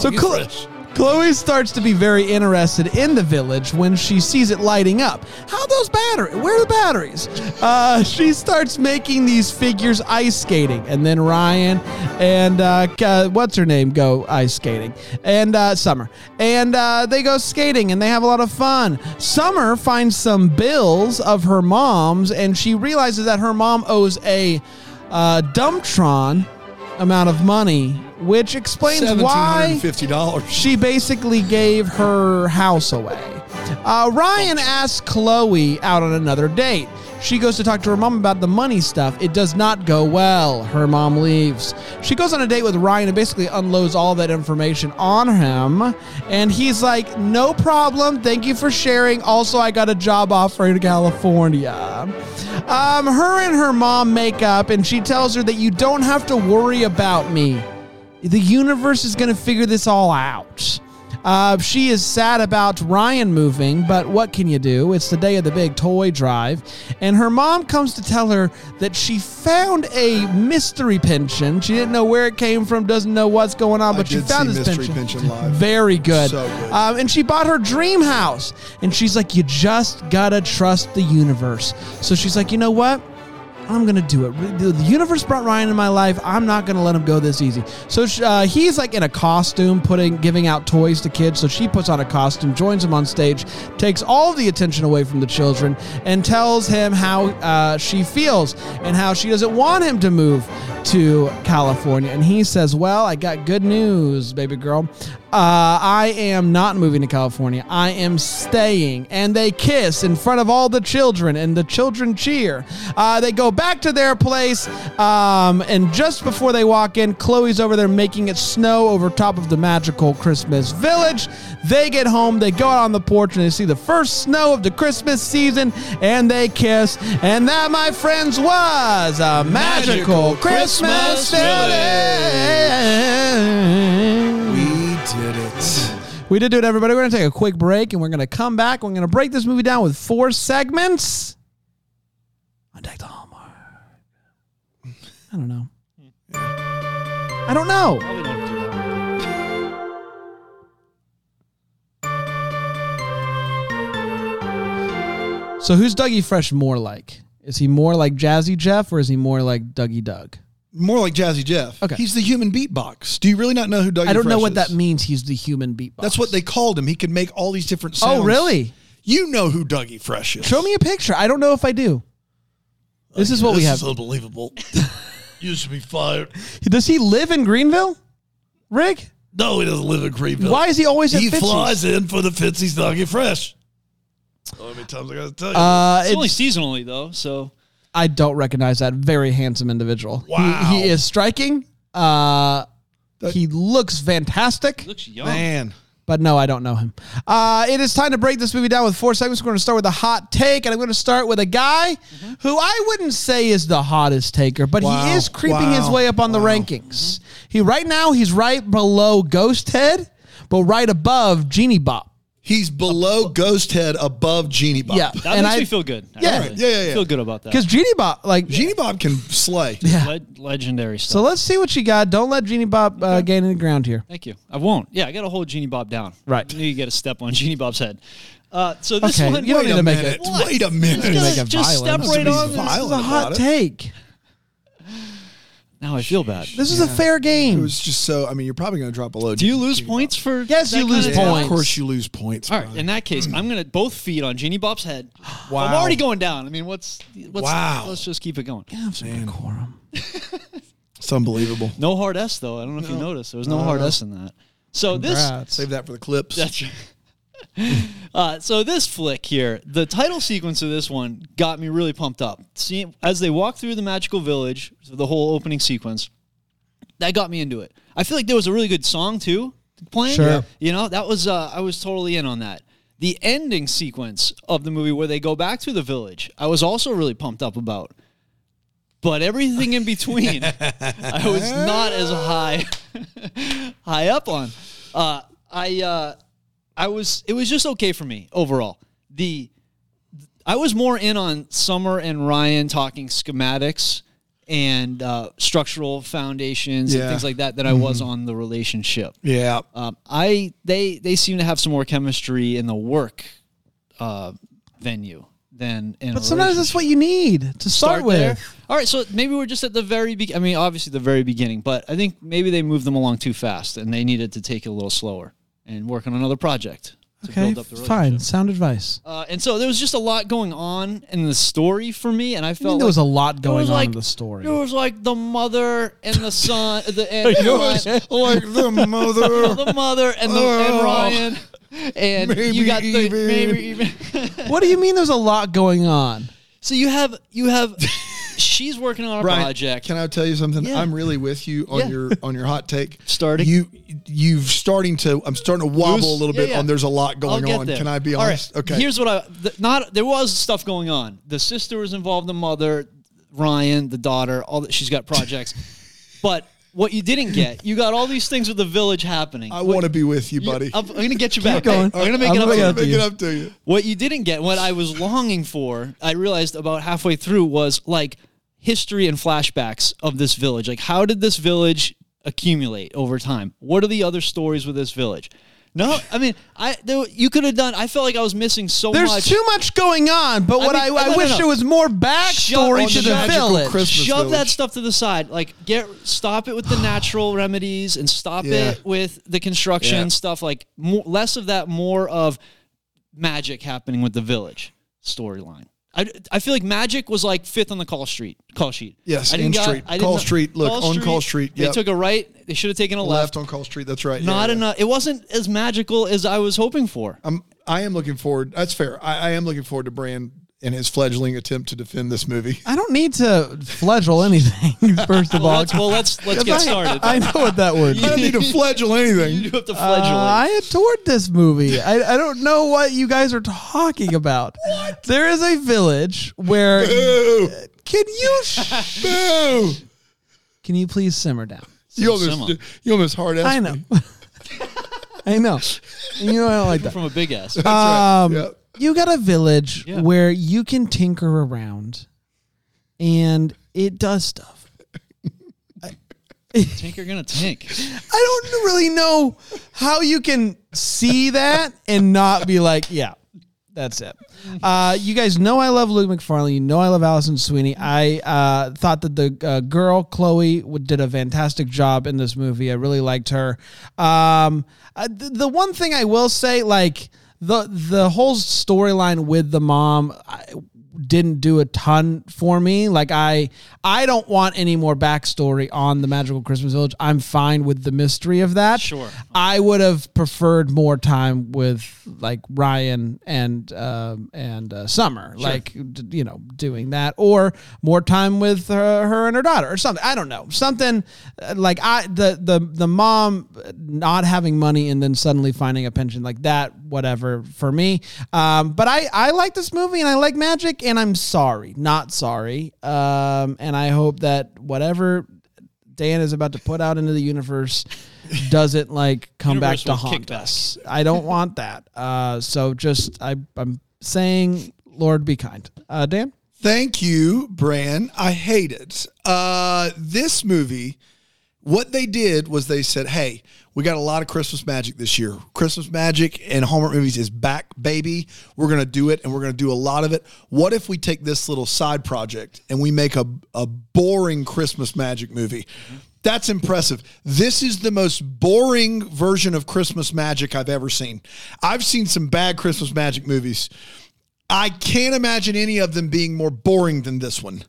Speaker 1: So
Speaker 3: You're
Speaker 1: Chlo-
Speaker 3: fresh.
Speaker 1: Chloe starts to be very interested in the village when she sees it lighting up. How those batteries? Where are the batteries? Uh, she starts making these figures ice skating, and then Ryan and uh, K- uh, what's her name go ice skating, and uh, Summer, and uh, they go skating, and they have a lot of fun. Summer finds some bills of her mom's, and she realizes that her mom owes a uh, Dumptron amount of money, which explains why
Speaker 3: $1,750.
Speaker 1: she basically gave her house away. Uh, Ryan asks Chloe out on another date. She goes to talk to her mom about the money stuff. It does not go well. Her mom leaves. She goes on a date with Ryan and basically unloads all that information on him. And he's like, No problem. Thank you for sharing. Also, I got a job offer in California. Um, her and her mom make up, and she tells her that you don't have to worry about me. The universe is going to figure this all out. Uh, she is sad about Ryan moving, but what can you do? It's the day of the big toy drive. And her mom comes to tell her that she found a mystery pension. She didn't know where it came from, doesn't know what's going on, but she
Speaker 3: did
Speaker 1: found
Speaker 3: see
Speaker 1: this
Speaker 3: Mystery
Speaker 1: pension.
Speaker 3: Pension live.
Speaker 1: Very good.
Speaker 3: So good.
Speaker 1: Um, and she bought her dream house. And she's like, you just gotta trust the universe. So she's like, you know what? I'm gonna do it. The the universe brought Ryan in my life. I'm not gonna let him go this easy. So sh- uh, he's like in a costume, putting giving out toys to kids. So she puts on a costume, joins him on stage, takes all the attention away from the children, and tells him how uh, she feels and how she doesn't want him to move to California. And he says, "Well, I got good news, baby girl. Uh, I am not moving to California. I am staying." And they kiss in front of all the children, and the children cheer. Uh, they go back to their place, um, and just before they walk in, Chloe's over there making it snow over top of the magical Christmas village. They get home, they go out on the porch, and they see the first snow of the Christmas season, and they kiss. And that, my friends, was a magical,
Speaker 2: Magical
Speaker 1: Christmas,
Speaker 2: Christmas
Speaker 1: village.
Speaker 3: We did it.
Speaker 1: We did do it, everybody. We're going to take a quick break and we're going to come back. We're going to break this movie down with four segments. On Deck the Hallmark. I don't know. I don't know.
Speaker 2: Probably don't do that.
Speaker 1: So, who's Dougie Fresh more like? Is he more like Jazzy Jeff or is he more like Dougie Doug?
Speaker 3: More like Jazzy Jeff.
Speaker 1: Okay.
Speaker 3: He's the human beatbox. Do you really not know who Dougie
Speaker 1: I don't know
Speaker 3: Fresh
Speaker 1: what that
Speaker 3: is?
Speaker 1: means. He's the human beatbox.
Speaker 3: That's what they called him. He could make all these different sounds.
Speaker 1: Oh, really?
Speaker 3: You know who Dougie Fresh is.
Speaker 1: Show me a picture. I don't know if I do. This is what we
Speaker 3: This
Speaker 1: have.
Speaker 3: is unbelievable. you should be fired.
Speaker 1: Does he live in Greenville? Rick?
Speaker 2: No, he doesn't live in Greenville.
Speaker 1: Why is he always at
Speaker 2: He
Speaker 1: Fitzy's?
Speaker 2: flies in for the Fitzy's Doggy Fresh. How many times I got to tell you?
Speaker 1: Uh,
Speaker 5: It's only
Speaker 1: it's-
Speaker 5: seasonally though, so
Speaker 1: I don't recognize that very handsome individual. He-
Speaker 2: Wow.
Speaker 1: He, is striking. Uh, he looks fantastic,
Speaker 5: he looks young.
Speaker 2: Man.
Speaker 1: but no, I don't know him. Uh, it is time to break this movie down with four segments. We're going to start with a hot take, and I'm going to start with a guy who I wouldn't say is the hottest taker, but
Speaker 3: Wow.
Speaker 1: he is creeping his
Speaker 3: Wow.
Speaker 1: way up on the rankings. He right now he's right below Ghost Head, but right above Genie Bop.
Speaker 3: He's below Ghost Head, above Genie Bob.
Speaker 1: Yeah,
Speaker 5: That
Speaker 1: and
Speaker 5: makes
Speaker 1: I-
Speaker 5: me feel good. I
Speaker 1: Yeah.
Speaker 5: really
Speaker 3: Yeah, yeah, yeah.
Speaker 5: Feel good about that.
Speaker 1: because Genie Bop like
Speaker 3: Genie Bob can slay.
Speaker 5: Le- legendary stuff.
Speaker 1: So let's see what you got. Don't let Genie Bop uh, gain any ground here.
Speaker 5: Thank you. I won't. Yeah, I got to hold Genie Bob down.
Speaker 1: Right.
Speaker 5: I knew you got to step on Genie Bob's head. Uh, so this
Speaker 1: Okay,
Speaker 5: one,
Speaker 1: you don't
Speaker 3: Wait
Speaker 1: need
Speaker 3: a
Speaker 1: to make
Speaker 3: minute.
Speaker 1: it.
Speaker 3: Wait a
Speaker 1: Make
Speaker 3: minute.
Speaker 1: it
Speaker 5: just, just step
Speaker 1: violent.
Speaker 5: right
Speaker 3: This
Speaker 5: on.
Speaker 3: is
Speaker 5: This.
Speaker 1: This is
Speaker 3: Violent
Speaker 1: a
Speaker 3: about
Speaker 1: hot
Speaker 3: it.
Speaker 1: take.
Speaker 5: Now I feel bad.
Speaker 1: This is a fair
Speaker 3: It
Speaker 1: game.
Speaker 3: was just so. I mean, you're probably going to drop below.
Speaker 5: Do you lose points for?
Speaker 1: Yes,
Speaker 5: that
Speaker 1: you
Speaker 5: kind
Speaker 1: lose
Speaker 5: of
Speaker 3: Yeah,
Speaker 5: talent?
Speaker 1: points.
Speaker 3: Of course, you lose points.
Speaker 5: All
Speaker 3: bro.
Speaker 5: right. In that case, I'm gonna both feet on Genie Bob's head.
Speaker 3: Wow.
Speaker 5: I'm already going down. I mean, what's? what's
Speaker 3: Wow.
Speaker 5: Let's just keep it going.
Speaker 3: It's unbelievable.
Speaker 5: No hard S though. I don't know if you noticed. There was no hard S in that. So this
Speaker 1: Congrats.
Speaker 3: Save that for the clips.
Speaker 5: That's uh, so this flick here, the title sequence of this one got me really pumped up. See, as they walk through the magical village, so the whole opening sequence, that got me into it. I feel like there was a really good song too playing.
Speaker 1: Sure.
Speaker 5: You know, that was uh, I was totally in on that. The ending sequence of the movie where they go back to the village, I was also really pumped up about. But everything in between, I was not as high high up on. Uh, I uh, I was it was just okay for me overall. The I was more in on Summer and Ryan talking schematics and uh, structural foundations
Speaker 3: Yeah.
Speaker 5: and things like that than
Speaker 1: Mm-hmm.
Speaker 5: I was on the relationship.
Speaker 3: yeah.
Speaker 5: Um, I they they seem to have some more chemistry in the work uh, venue than in. a
Speaker 1: But sometimes that's what you need to start,
Speaker 5: start
Speaker 1: with.
Speaker 5: there. All right, so maybe we're just at the very be- I mean, obviously the very beginning, but I think maybe they moved them along too fast and they needed to take it a little slower and work on another project to
Speaker 1: Okay,
Speaker 5: build up the
Speaker 1: fine.
Speaker 5: relationship.
Speaker 1: Sound advice.
Speaker 5: Uh, and so there was just a lot going on in the story for me, and I
Speaker 1: I
Speaker 5: felt
Speaker 1: mean,
Speaker 5: like
Speaker 1: there was a lot
Speaker 5: there
Speaker 1: going
Speaker 5: was
Speaker 1: on
Speaker 5: like-
Speaker 1: in the story.
Speaker 5: There was like the mother and the son, the and,
Speaker 3: like the mother.
Speaker 5: the mother and the
Speaker 3: Oh.
Speaker 5: and Ryan, and
Speaker 3: Maybe
Speaker 5: you got the
Speaker 3: even.
Speaker 5: maybe even.
Speaker 1: what do you mean? There's a lot going on.
Speaker 5: so you have you have she's working on a
Speaker 3: Brian,
Speaker 5: project.
Speaker 3: Can I tell you something?
Speaker 5: Yeah.
Speaker 3: I'm really with you on
Speaker 5: Yeah.
Speaker 3: your on your hot take.
Speaker 5: Starting?
Speaker 3: You you've starting to I'm starting to wobble
Speaker 5: Loose?
Speaker 3: a little
Speaker 5: Yeah,
Speaker 3: bit
Speaker 5: yeah.
Speaker 3: on there's a lot
Speaker 5: I'll
Speaker 3: going
Speaker 5: get
Speaker 3: on.
Speaker 5: there.
Speaker 3: Can I be
Speaker 5: All right,
Speaker 3: honest? Okay.
Speaker 5: Here's what I th- not there was stuff going on. The sister was involved. The mother, Ryan, the daughter. All that she's got projects, but. What you didn't get, you got all these things with the village happening.
Speaker 3: I
Speaker 5: What-
Speaker 3: want to be with you,
Speaker 5: you-
Speaker 3: buddy.
Speaker 5: I'm, I'm gonna get you back.
Speaker 1: going.
Speaker 5: I'm gonna make
Speaker 1: I'm
Speaker 5: it up.
Speaker 1: gonna
Speaker 5: to
Speaker 1: get
Speaker 5: you.
Speaker 1: up to
Speaker 3: Make
Speaker 1: you.
Speaker 3: it up to you.
Speaker 5: What you didn't get, what I was longing for, I realized about halfway through was like history and flashbacks of this village. Like, how did this village accumulate over time? What are the other stories with this village? No, I mean, I there, you could have done. I felt like I was missing so
Speaker 1: There's
Speaker 5: much.
Speaker 1: too much going on. But what I,
Speaker 5: mean, no,
Speaker 1: I,
Speaker 5: no,
Speaker 1: wish
Speaker 5: no.
Speaker 1: there was more backstory
Speaker 5: on
Speaker 1: to
Speaker 5: the
Speaker 1: the
Speaker 5: magical
Speaker 1: village.
Speaker 3: Christmas
Speaker 5: Shove that
Speaker 3: village.
Speaker 5: stuff to the side. Like, get stop it with the natural remedies and stop
Speaker 3: Yeah.
Speaker 5: it with the construction
Speaker 3: Yeah.
Speaker 5: stuff. Like, more, less of that, more of magic happening with the village storyline. I, I feel like magic was like fifth on the call street call sheet.
Speaker 3: Yes,
Speaker 5: I didn't
Speaker 3: in
Speaker 5: got-
Speaker 3: street.
Speaker 5: I didn't
Speaker 3: Call
Speaker 5: know-
Speaker 3: street, look, on call street,
Speaker 5: They
Speaker 3: yep.
Speaker 5: took a right. They should have taken a left.
Speaker 3: Left on Call Street. That's right.
Speaker 5: Not
Speaker 3: Yeah.
Speaker 5: enough. It wasn't as magical as I was hoping for.
Speaker 3: I'm I am looking forward. That's fair. I, I am looking forward to Brand and his fledgling attempt to defend this movie.
Speaker 1: I don't need to fledgel anything. First of
Speaker 5: Well,
Speaker 1: all,
Speaker 5: let's, well, let's let's get started.
Speaker 1: I know what that word.
Speaker 3: I
Speaker 1: means.
Speaker 3: don't need to fledgle
Speaker 5: you
Speaker 3: anything.
Speaker 5: have to
Speaker 1: Uh,
Speaker 5: fledgling.
Speaker 1: I adored this movie. I, I don't know what you guys are talking about. There is a village where.
Speaker 3: Boo!
Speaker 1: Can you sh-
Speaker 3: Boo!
Speaker 1: can you please simmer down?
Speaker 3: You
Speaker 5: similar.
Speaker 3: almost you almost hard ass.
Speaker 1: I know. I know. You know I don't like that.
Speaker 5: from a big ass.
Speaker 3: Uh,
Speaker 1: Um,
Speaker 3: Yep.
Speaker 1: You got a village
Speaker 5: Yeah.
Speaker 1: where you can tinker around, and it does stuff.
Speaker 5: Tinker gonna tank.
Speaker 1: I don't really know how you can see that and not be like, yeah, that's it. Uh, you guys know I love Luke McFarlane. You know I love Allison Sweeney. I uh, thought that the uh, girl Chloe w- did a fantastic job in this movie. I really liked her. Um, uh, the, the one thing I will say, like the the whole storyline with the mom. I, didn't do a ton for me. Like I I don't want any more backstory on the Magical Christmas Village. I'm fine with the mystery of that.
Speaker 5: Sure.
Speaker 1: I would have preferred more time with like Ryan and um, and uh, Summer, like d- you know, doing that, or more time with her, her and her daughter, or something. I don't know, something uh, like I the the the mom uh, not having money and then suddenly finding a pension like that, whatever for me. Um, but I I like this movie and I like magic and I'm sorry, not sorry. Um, and I hope that whatever Dan is about to put out into the universe doesn't like come back
Speaker 5: Universe
Speaker 1: to
Speaker 5: will
Speaker 1: haunt
Speaker 5: kick back.
Speaker 1: us. I don't want that. Uh, so just I, I'm saying, Lord, be kind. Uh, Dan,
Speaker 3: Thank you, Bran. I hate it. Uh, this movie, what they did was they said, hey, we got a lot of Christmas magic this year. Christmas magic and Hallmark movies is back, baby. We're going to do it and we're going to do a lot of it. What if we take this little side project and we make a, a boring Christmas magic movie? That's impressive. This is the most boring version of Christmas magic I've ever seen. I've seen some bad Christmas magic movies. I can't imagine any of them being more boring than this one.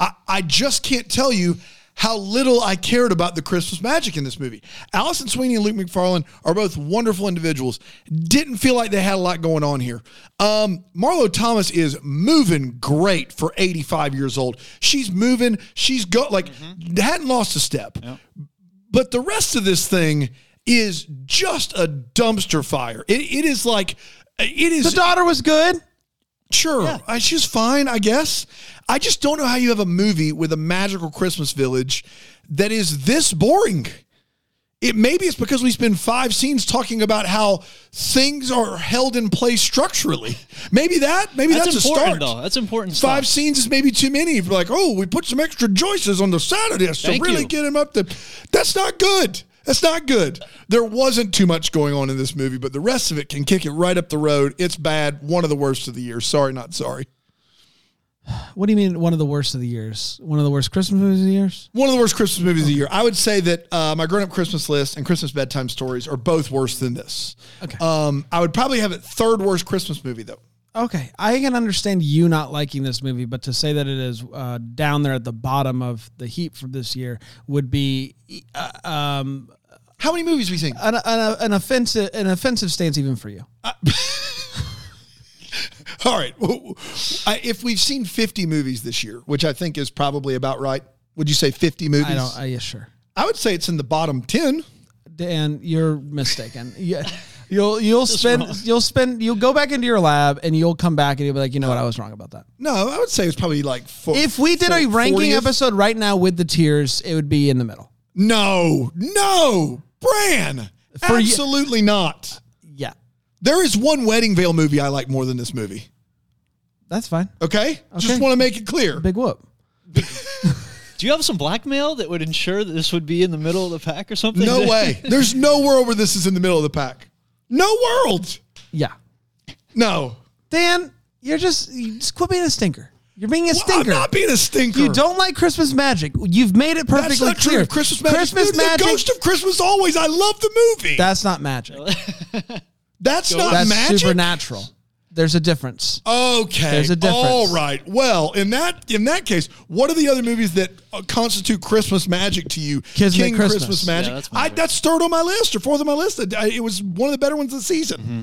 Speaker 3: I, I just can't tell you how little I cared about the Christmas magic in this movie. Allison Sweeney and Luke McFarlane are both wonderful individuals. Didn't feel like they had a lot going on here. Um, Marlo Thomas is moving great for 85 years old. She's moving. She's go like hadn't lost a step. But the rest of this thing is just a dumpster fire. It, it is like it is
Speaker 1: the daughter was good.
Speaker 3: Sure, I, she's fine, I guess. I just don't know how you have a movie with a magical Christmas village that is this boring. It maybe it's because we spend five scenes talking about how things are held in place structurally. Maybe that. Maybe that's,
Speaker 5: That's,
Speaker 3: a
Speaker 5: important
Speaker 3: start.
Speaker 5: though. That's important stuff.
Speaker 3: Five scenes is maybe too many. If you're like, oh, we put some extra Joyces on the side of this to
Speaker 5: Thank
Speaker 3: really
Speaker 5: you.
Speaker 3: get him up to. That's not good. That's not good. There wasn't too much going on in this movie, but the rest of it can kick it right up the road. It's bad. One of the worst of the year. Sorry, not sorry.
Speaker 1: What do you mean one of the worst of the years? One of the worst Christmas movies of the years?
Speaker 3: One of the worst Christmas movies of the year. I would say that uh, my grown up Christmas list and Christmas bedtime stories are both worse than this.
Speaker 1: Okay.
Speaker 3: Um, I would probably have it third worst Christmas movie though.
Speaker 1: Okay, I can understand you not liking this movie, but to say that it is uh, down there at the bottom of the heap for this year would be uh, um,
Speaker 3: How many movies we seen?
Speaker 1: an, an, an offensive an offensive stance even for you.
Speaker 3: All right. I, if we've seen 50 movies this year, which I think is probably about right, would you say 50 movies?
Speaker 1: I don't. I, yeah, sure.
Speaker 3: I would say it's in the bottom 10.
Speaker 1: Dan, you're mistaken. Yeah. You'll you'll spend you'll spend you'll go back into your lab and you'll come back and you'll be like, you know what, I was wrong about that.
Speaker 3: No, I would say it's probably like four.
Speaker 1: If we did a
Speaker 3: four-
Speaker 1: ranking
Speaker 3: 40th.
Speaker 1: episode right now with the tiers, it would be in the middle.
Speaker 3: No, no, Bran.
Speaker 1: For you-
Speaker 3: absolutely not.
Speaker 1: Yeah.
Speaker 3: There is one Wedding Veil movie I like more than this movie.
Speaker 1: That's fine.
Speaker 3: Okay? Just want to make it clear.
Speaker 1: Big whoop.
Speaker 5: Do you have some blackmail that would ensure that this would be in the middle of the pack or something?
Speaker 3: No way. There's no world where this is in the middle of the pack. No world.
Speaker 1: Yeah.
Speaker 3: No.
Speaker 1: Dan, you're just you just quit being a stinker. You're being a
Speaker 3: I'm
Speaker 1: stinker.
Speaker 3: not being a stinker.
Speaker 1: you don't like Christmas magic. You've made it perfectly
Speaker 3: That's not
Speaker 1: clear.
Speaker 3: true. Christmas Magic.
Speaker 1: Christmas
Speaker 3: Dude,
Speaker 1: magic.
Speaker 3: The Ghost of Christmas Always. I love the movie.
Speaker 1: that's not magic.
Speaker 3: that's not
Speaker 1: That's
Speaker 3: magic.
Speaker 1: supernatural. There's a difference.
Speaker 3: Okay.
Speaker 1: There's a difference.
Speaker 3: All right. Well, in that in that case, what are the other movies that uh, constitute Christmas magic to you?
Speaker 1: Kismet
Speaker 3: King
Speaker 1: Christmas.
Speaker 3: magic.
Speaker 5: Yeah, that's
Speaker 3: I,
Speaker 5: magic.
Speaker 3: that's third on my list or fourth on my list. I- it was one of the better ones of the season.
Speaker 1: Mm-hmm.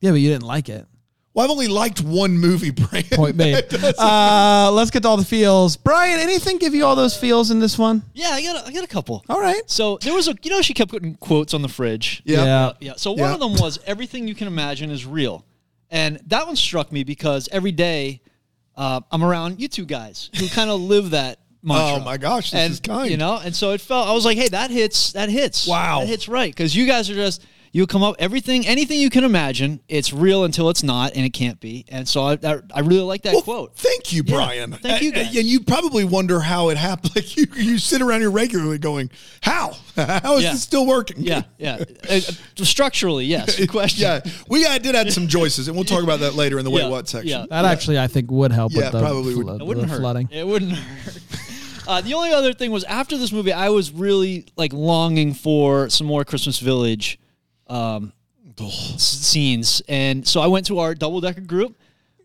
Speaker 1: Yeah, but you didn't like it.
Speaker 3: Well, I've only liked one movie. Brand.
Speaker 1: Point made. Uh, let's get to all the feels. Brian, anything give you all those feels in this one?
Speaker 5: Yeah, I got a, I got a couple.
Speaker 1: All right.
Speaker 5: So there was a you know she kept putting quotes on the fridge.
Speaker 3: Yeah.
Speaker 1: Yeah.
Speaker 5: Yeah. So one
Speaker 3: Yeah.
Speaker 5: of them was everything you can imagine is real, and that one struck me because every day uh, I'm around you two guys who kind of live that mantra.
Speaker 3: Oh my gosh, this
Speaker 5: and,
Speaker 3: is kind.
Speaker 5: You know, and so it felt I was like, hey, that hits. That hits.
Speaker 3: Wow.
Speaker 5: That hits right because you guys are just. You come up everything, anything you can imagine. It's real until it's not, and it can't be. And so I, I, I really like that
Speaker 3: Well,
Speaker 5: quote.
Speaker 3: Thank you,
Speaker 5: Yeah,
Speaker 3: Brian.
Speaker 5: thank you,
Speaker 3: A- a-
Speaker 5: guys.
Speaker 3: And you probably wonder how it happened. Like you, you sit around here regularly going, "How? How is
Speaker 5: Yeah.
Speaker 3: this still working?"
Speaker 5: yeah, yeah. Uh, uh, structurally, yes. Good question.
Speaker 3: Yeah, we I did add some choices, and we'll talk about that later in the wait
Speaker 5: Yeah,
Speaker 3: what section.
Speaker 5: yeah.
Speaker 1: That actually, I think, would help
Speaker 3: Yeah,
Speaker 1: with the,
Speaker 3: probably would.
Speaker 1: flood-
Speaker 5: It wouldn't
Speaker 1: the
Speaker 5: hurt.
Speaker 1: flooding.
Speaker 5: It wouldn't hurt. Uh, the only other thing was after this movie, I was really like longing for some more Christmas Village um, s- scenes, and so I went to our double decker group.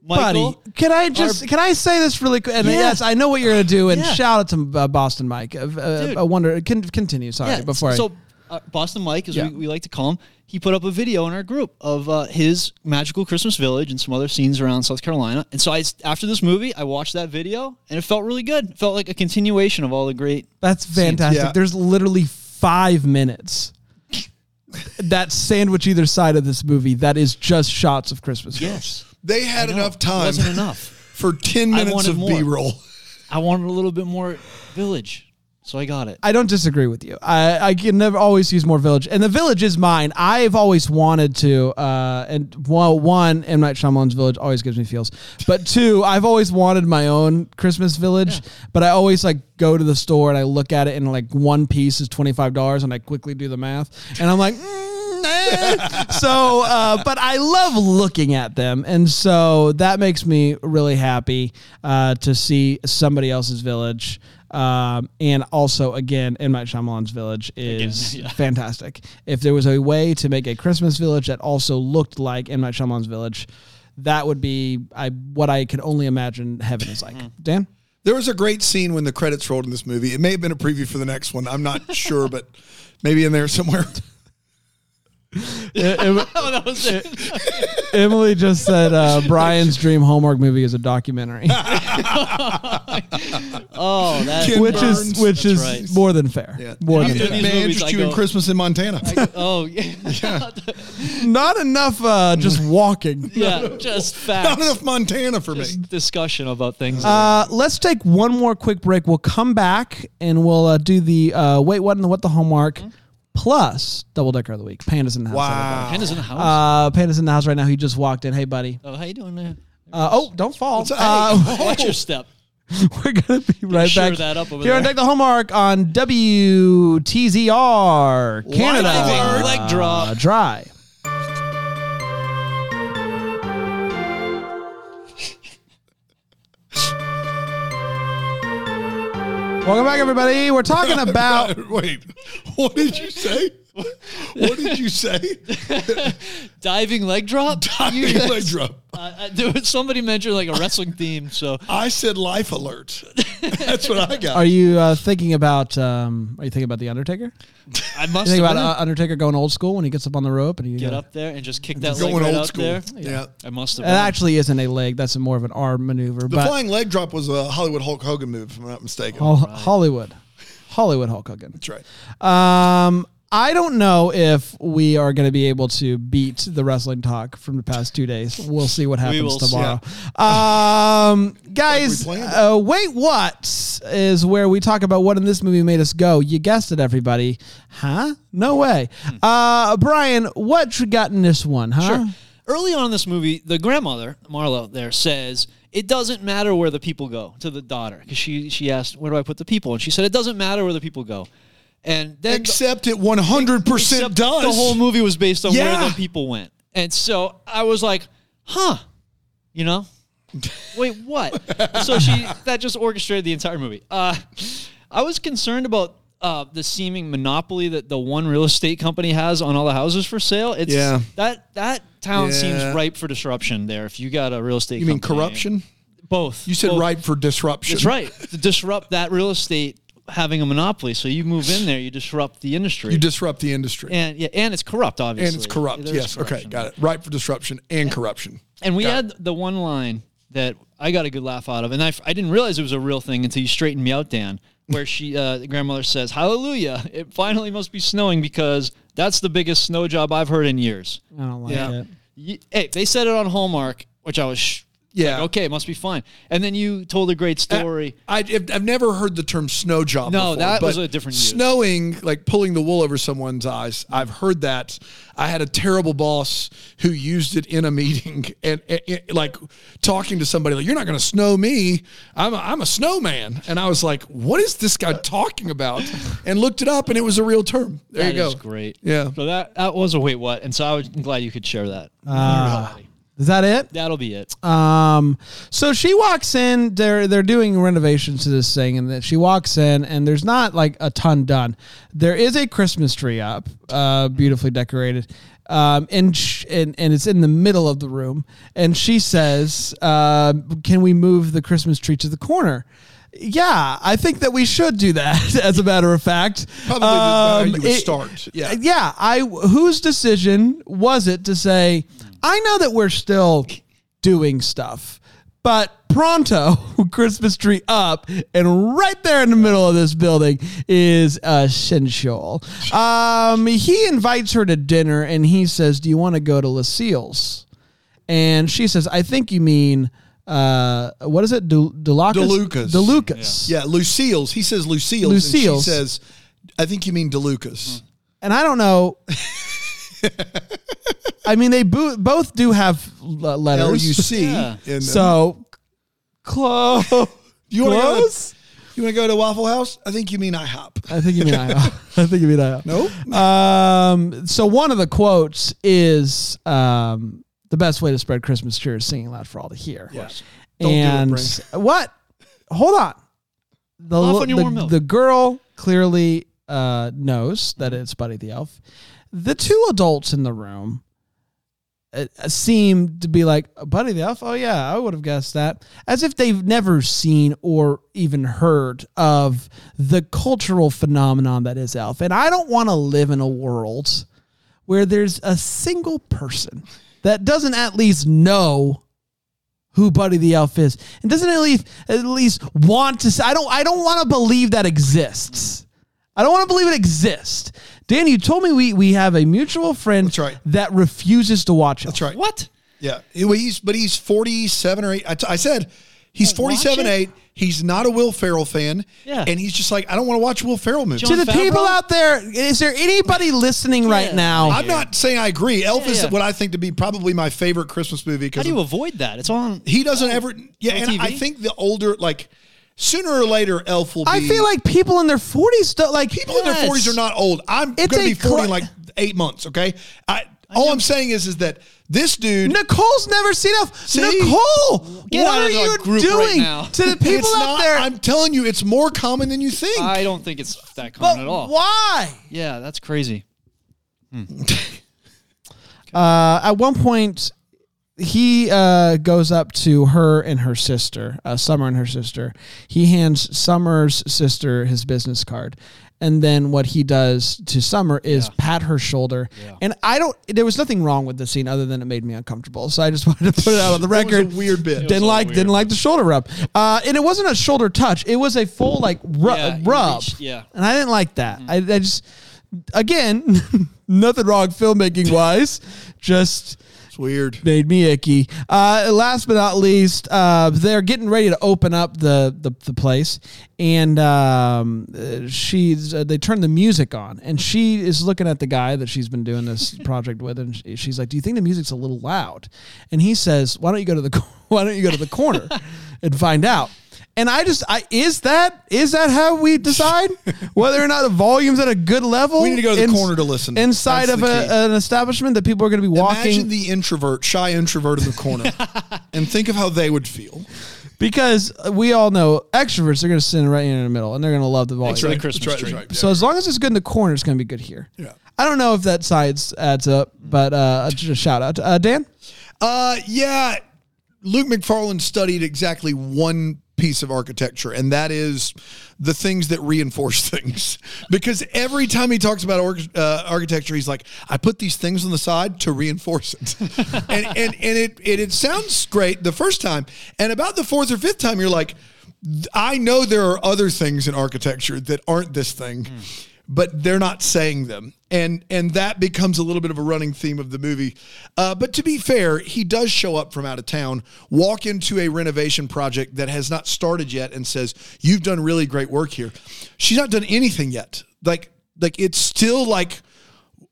Speaker 5: Michael.
Speaker 1: Buddy, can I just can I say this really quick? And
Speaker 5: Yeah.
Speaker 1: yes, I know what you're gonna do. And
Speaker 5: Yeah.
Speaker 1: shout out to uh, Boston Mike. Uh, uh,
Speaker 5: Dude.
Speaker 1: I wonder. Can, continue. Sorry.
Speaker 5: Yeah,
Speaker 1: before I,
Speaker 5: so uh, Boston Mike, as
Speaker 1: Yeah.
Speaker 5: we, we like to call him, he put up a video in our group of uh, his magical Christmas village and some other scenes around South Carolina. And so I, s- after this movie, I watched that video, and it felt really good. It felt like a continuation of all the great.
Speaker 1: That's fantastic.
Speaker 3: Yeah.
Speaker 1: There's literally five minutes that sandwich either side of this movie that is just shots of Christmas. films.
Speaker 3: They had
Speaker 5: I know.
Speaker 3: enough time.
Speaker 5: Wasn't enough.
Speaker 3: for ten
Speaker 5: I
Speaker 3: minutes
Speaker 5: wanted
Speaker 3: of
Speaker 5: more.
Speaker 3: B roll.
Speaker 5: I wanted a little bit more village, so I got it.
Speaker 1: I don't disagree with you. I, I can never always use more village, and the village is mine. I've always wanted to, uh, and well, one, M Night Shyamalan's village always gives me feels, but two, I've always wanted my own Christmas village. But I always like go to the store and I look at it, and like one piece is twenty five dollars, and I quickly do the math, and I'm like. "Mm, eh." so, uh, but I love looking at them, and so that makes me really happy uh, to see somebody else's village. Um, and also, again, M. Night Shyamalan's Village is fantastic. If there was a way to make a Christmas village that also looked like M. Night Shyamalan's Village, that would be I, what I can only imagine heaven is like. Dan?
Speaker 3: There was a great scene when the credits rolled in this movie. It may have been a preview for the next one. I'm not sure, but maybe in there somewhere.
Speaker 1: E-, Emily just said uh, Brian's dream homework movie is a documentary,
Speaker 5: Oh, that
Speaker 3: Ken
Speaker 1: which
Speaker 3: Burns.
Speaker 1: is which is
Speaker 5: right.
Speaker 1: more than fair.
Speaker 3: Yeah.
Speaker 1: More
Speaker 5: Yeah.
Speaker 1: than
Speaker 5: After
Speaker 1: fair.
Speaker 5: these
Speaker 3: may
Speaker 5: movies,
Speaker 3: interest
Speaker 5: I
Speaker 3: you in
Speaker 5: go-
Speaker 3: Christmas in Montana.
Speaker 5: oh yeah,
Speaker 1: Not enough uh, just walking.
Speaker 5: yeah, just
Speaker 3: not
Speaker 5: facts,
Speaker 3: enough Montana for me.
Speaker 5: just discussion about things.
Speaker 1: Uh, let's take one more quick break. We'll come back and we'll uh, do the uh, wait what and the what the homework
Speaker 5: Mm-hmm.
Speaker 1: plus double decker of the week. Pandas in the house. everybody.
Speaker 5: Ken is in the house.
Speaker 1: Uh, Panda's in the house right now. He just walked in. Hey, buddy.
Speaker 5: oh, how you doing? Man?
Speaker 1: Uh, oh, don't fall.
Speaker 3: up?
Speaker 1: Uh,
Speaker 5: Watch your step.
Speaker 1: we're gonna be right
Speaker 5: Sure
Speaker 1: back.
Speaker 5: that up over
Speaker 1: Here on
Speaker 5: there.
Speaker 1: Deck the Hallmark on WTZR Canada.
Speaker 5: Lightning leg drop.
Speaker 1: Uh, dry. Welcome back, everybody. We're talking about
Speaker 3: Wait, what did you say? What did you say?
Speaker 5: Diving leg drop.
Speaker 3: Diving
Speaker 5: You-
Speaker 3: leg drop.
Speaker 5: Uh, uh, there was somebody mentioned like a wrestling theme, so
Speaker 3: I said life alert. That's what I got.
Speaker 1: Are you uh, thinking about? Um, are you thinking about the Undertaker?
Speaker 5: I
Speaker 1: You
Speaker 5: must
Speaker 1: think
Speaker 5: have
Speaker 1: about
Speaker 5: been
Speaker 1: uh, Undertaker going old school when he gets up on the rope and he
Speaker 5: get
Speaker 1: uh,
Speaker 5: up there and just kick that leg
Speaker 3: Going
Speaker 5: right
Speaker 3: old
Speaker 5: out
Speaker 3: school.
Speaker 5: there.
Speaker 3: Yeah.
Speaker 5: I must have.
Speaker 1: That actually isn't a leg. That's more of an arm maneuver.
Speaker 3: The
Speaker 1: but
Speaker 3: flying leg drop was a Hollywood Hulk Hogan move, if I'm not mistaken.
Speaker 5: Oh.
Speaker 1: Hol- Hollywood, Hollywood Hulk Hogan.
Speaker 3: That's right.
Speaker 1: Um, I don't know if we are going to be able to beat the wrestling talk from the past two days. We'll see what happens
Speaker 5: will see.
Speaker 1: tomorrow. Um, guys,
Speaker 3: planned it.
Speaker 1: uh, wait, what is where we talk about what in this movie made us go? You guessed it, everybody. Huh? No way. Uh, Brian, what you got in this one? Huh?
Speaker 5: Hmm. Sure. Early on in this movie, the grandmother, Marlo, there says, It doesn't matter where the people go to the daughter. Because she, she asked, Where do I put the people? And she said, It doesn't matter where the people go. And then
Speaker 3: Except it 100%
Speaker 5: except
Speaker 3: does.
Speaker 5: the whole movie was based on
Speaker 3: Yeah.
Speaker 5: where the people went. And so I was like, Huh. You know? Wait, what? so she that just orchestrated the entire movie. Uh, I was concerned about uh, the seeming monopoly that the one real estate company has on all the houses for sale. It's
Speaker 3: Yeah.
Speaker 5: that that town
Speaker 3: Yeah.
Speaker 5: seems ripe for disruption. There, if you got a real estate,
Speaker 3: you mean
Speaker 5: company.
Speaker 3: corruption?
Speaker 5: Both.
Speaker 3: You said
Speaker 5: Both.
Speaker 3: ripe for disruption.
Speaker 5: That's right. to disrupt that real estate having a monopoly, so you move in there, you disrupt the industry.
Speaker 3: You disrupt the industry.
Speaker 5: and yeah, and it's corrupt, obviously.
Speaker 3: and it's corrupt.
Speaker 5: There's
Speaker 3: yes. Okay.
Speaker 5: corruption.
Speaker 3: Got it. Ripe for disruption and corruption.
Speaker 5: And we
Speaker 3: Got
Speaker 5: had the one line that I got a good laugh out of, and I, f- I didn't realize it was a real thing until you straightened me out, Dan. Where she, uh, the grandmother says, "Hallelujah! It finally must be snowing because that's the biggest snow job I've heard in years."
Speaker 1: I don't like
Speaker 5: Yeah.
Speaker 1: it.
Speaker 5: Ye- hey, they said it on Hallmark, which I was, sh-
Speaker 3: Yeah. Eh,
Speaker 5: like, okay, it must be fine. And then you told a great story.
Speaker 3: I, I've, I've never heard the term snow job.
Speaker 5: No,
Speaker 3: before,
Speaker 5: that
Speaker 3: but
Speaker 5: was a different use.
Speaker 3: snowing, like pulling the wool over someone's eyes. I've heard that. I had a terrible boss who used it in a meeting and, and- and, like talking to somebody like, "You're not going to snow me. I'm a, I'm a snowman." And I was like, "What is this guy talking about?" And looked it up, and it was a real term. There
Speaker 5: That
Speaker 3: you go.
Speaker 5: is great.
Speaker 3: Yeah.
Speaker 1: Ah.
Speaker 5: So that that was a wait what, and so I was glad you could share that.
Speaker 1: Is that it?
Speaker 5: That'll be it.
Speaker 1: Um, so she walks in. They're they're doing renovations to this thing, and that she walks in, and there's not like a ton done. There is a Christmas tree up, uh, beautifully decorated, um, and, sh- and and it's in the middle of the room. And she says, uh, "Can we move the Christmas tree to the corner?" Yeah, I think that we should do that. As a matter of fact, Um,
Speaker 3: Probably the- how you would
Speaker 1: it-
Speaker 3: start. Yeah.
Speaker 1: uh, yeah. I whose decision was it to say? I know that we're still doing stuff, but pronto, Christmas tree up, and right there in the middle of this building is essential. Um, he invites her to dinner, and he says, "Do you want to go to Lucille's?" And she says, "I think you mean." Uh, what is it? De- DeLucas?
Speaker 3: DeLucas.
Speaker 1: DeLucas.
Speaker 3: Yeah, Lucille's. He says Lucille's. Hmm.
Speaker 1: Lucille's.
Speaker 3: And she says, I think you mean DeLucas.
Speaker 1: and I don't know. I mean, they bo- both do have l- letters.
Speaker 3: L U C.
Speaker 5: Yeah.
Speaker 3: And, uh,
Speaker 1: So close.
Speaker 3: you wanna go to-
Speaker 1: close.
Speaker 3: you want to go to Waffle House? I think you mean IHOP.
Speaker 1: I think you mean I. I think you mean I.
Speaker 3: No?
Speaker 1: Um. So one of the quotes is um the best way to spread Christmas cheer is singing loud for all to hear.
Speaker 3: Yes. Don't do it,
Speaker 1: And what? Hold on. The,
Speaker 5: Laugh
Speaker 1: l-
Speaker 5: on your
Speaker 1: the-
Speaker 5: warm milk.
Speaker 1: the girl clearly uh, knows that it's Buddy the Elf. The two adults in the room uh, uh, seem to be like, Buddy the Elf? Oh, yeah, I would have guessed that. As if they've never seen or even heard of the cultural phenomenon that is Elf. And I don't want to live in a world where there's a single person that doesn't at least know who Buddy the Elf is, and doesn't at least at least want to. Say, I don't. I don't want to believe that exists. I don't want to believe it exists. Dan, you told me we we have a mutual friend
Speaker 3: That's right.
Speaker 1: that refuses to watch it.
Speaker 3: That's right.
Speaker 5: What?
Speaker 3: Yeah. He- well, he's but he's forty seven or eight. I, t- I said he's forty seven
Speaker 5: it?
Speaker 3: eight. He's not a Will Ferrell fan.
Speaker 5: Yeah.
Speaker 3: And he's just like I don't want to watch Will Ferrell movies.
Speaker 1: To
Speaker 5: John
Speaker 1: the people
Speaker 5: Favreau?
Speaker 1: out there, is there anybody listening right
Speaker 5: Yeah.
Speaker 1: now?
Speaker 3: I'm not saying I agree. Elf
Speaker 5: Yeah,
Speaker 3: is
Speaker 5: yeah.
Speaker 3: what I think to be probably my favorite Christmas movie
Speaker 5: How
Speaker 3: because
Speaker 5: do you avoid that? It's on.
Speaker 3: he doesn't ever. Yeah,
Speaker 5: On
Speaker 3: and I
Speaker 5: TV?
Speaker 3: think the older like sooner or later Elf will. Be,
Speaker 1: I feel like people in their forties, don't like people
Speaker 3: people in their forties are not old. I'm
Speaker 1: It's
Speaker 3: going
Speaker 1: a
Speaker 3: to be forty in
Speaker 1: cla-
Speaker 3: like eight months. Okay. I, all I'm saying is is that this dude.
Speaker 1: Nicole's never seen Elf.
Speaker 3: See?
Speaker 1: Nicole,
Speaker 5: Get
Speaker 1: what
Speaker 5: out
Speaker 1: are
Speaker 5: of the
Speaker 1: you
Speaker 5: group right
Speaker 1: doing
Speaker 5: now.
Speaker 1: to the people
Speaker 3: it's
Speaker 1: out
Speaker 3: not,
Speaker 1: there?
Speaker 3: I'm telling you, it's more common than you think.
Speaker 5: I don't think it's that common
Speaker 1: but
Speaker 5: at all.
Speaker 1: why?
Speaker 5: Yeah, that's crazy.
Speaker 1: uh, at one point he uh, goes up to her and her sister uh, summer and her sister he hands summer's sister his business card and then what he does to summer is pat her shoulder and i don't there was nothing wrong with the scene other than it made me uncomfortable so i just wanted to put it out on the
Speaker 3: That was a
Speaker 1: record
Speaker 3: weird bit.
Speaker 1: didn't like didn't like the shoulder rub uh, and it wasn't a shoulder touch it was a full like ru-
Speaker 5: Yeah, you
Speaker 1: rub
Speaker 5: reached- yeah. Mm-hmm.
Speaker 1: and I didn't like that. I, I just, again, nothing wrong filmmaking wise, just
Speaker 3: It's weird.
Speaker 1: made me icky. Uh, last but not least, uh, they're getting ready to open up the the, the place, and um, uh, she's uh, they turn the music on, and she is looking at the guy that she's been doing this project with, and she- she's like, "Do you think the music's a little loud?" And he says, "Why don't you go to the cor- Why don't you go to the corner and find out?" And I just, I is that is that how we decide whether or not the volume's at a good level?
Speaker 3: We need to go to the corner to listen.
Speaker 1: inside
Speaker 3: That's
Speaker 1: of
Speaker 3: the
Speaker 1: a,
Speaker 3: key.
Speaker 1: an establishment that people are going to be walking.
Speaker 3: Imagine the introvert, shy introvert in the corner, and think of how they would feel.
Speaker 1: Because we all know extroverts are going to sit right in the middle and they're going to love the volume.
Speaker 5: right. Christmas tree.
Speaker 1: So as long as it's good in the corner, it's going to be good here.
Speaker 3: Yeah.
Speaker 1: I don't know if that science adds up, but uh, just a shout out. Uh, Dan?
Speaker 3: Uh, yeah. Luke McFarlane studied exactly one piece of architecture, and that is the things that reinforce things. Because every time he talks about orch uh, architecture, he's like, "I put these things on the side to reinforce it," and and and it, it it sounds great the first time, and about the fourth or fifth time, you're like, "I know there are other things in architecture that aren't this thing." but they're not saying them. And and that becomes a little bit of a running theme of the movie. Uh, but to be fair, he does show up from out of town, walk into a renovation project that has not started yet, and says, "You've done really great work here." She's not done anything yet. Like like it's still like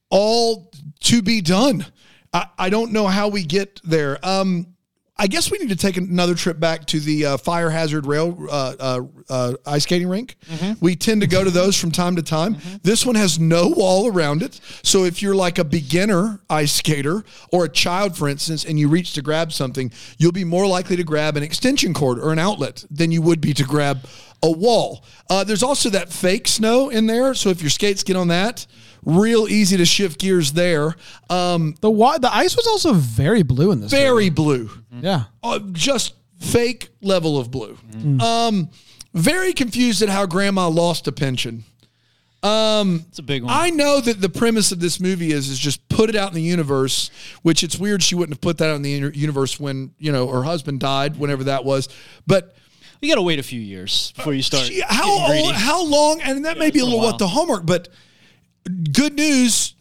Speaker 3: all to be done. I, I don't know how we get there. Um, I guess we need to take another trip back to the uh, fire hazard rail uh, uh, uh, ice skating rink. We tend to go to those from time to time. This one has no wall around it, so if you're like a beginner ice skater or a child, for instance, and you reach to grab something, you'll be more likely to grab an extension cord or an outlet than you would be to grab a wall. Uh, there's also that fake snow in there, so if your skates get on that, real easy to shift gears there. Um,
Speaker 1: The wa- the ice was also very blue in this.
Speaker 3: very blue.
Speaker 1: one. Yeah.
Speaker 3: Uh, just fake level of blue. Um, very confused at how grandma lost a pension.
Speaker 5: It's a big one.
Speaker 3: I know that the premise of this movie is is just put it out in the universe, which it's weird she wouldn't have put that out in the inter- universe when you know her husband died, whenever that was. But
Speaker 5: you got to wait a few years before you start.
Speaker 3: she, how
Speaker 5: getting
Speaker 3: old,
Speaker 5: greedy.
Speaker 3: how long? And that may
Speaker 5: been
Speaker 3: be a
Speaker 5: a
Speaker 3: little
Speaker 5: while.
Speaker 3: what the homework, but good news.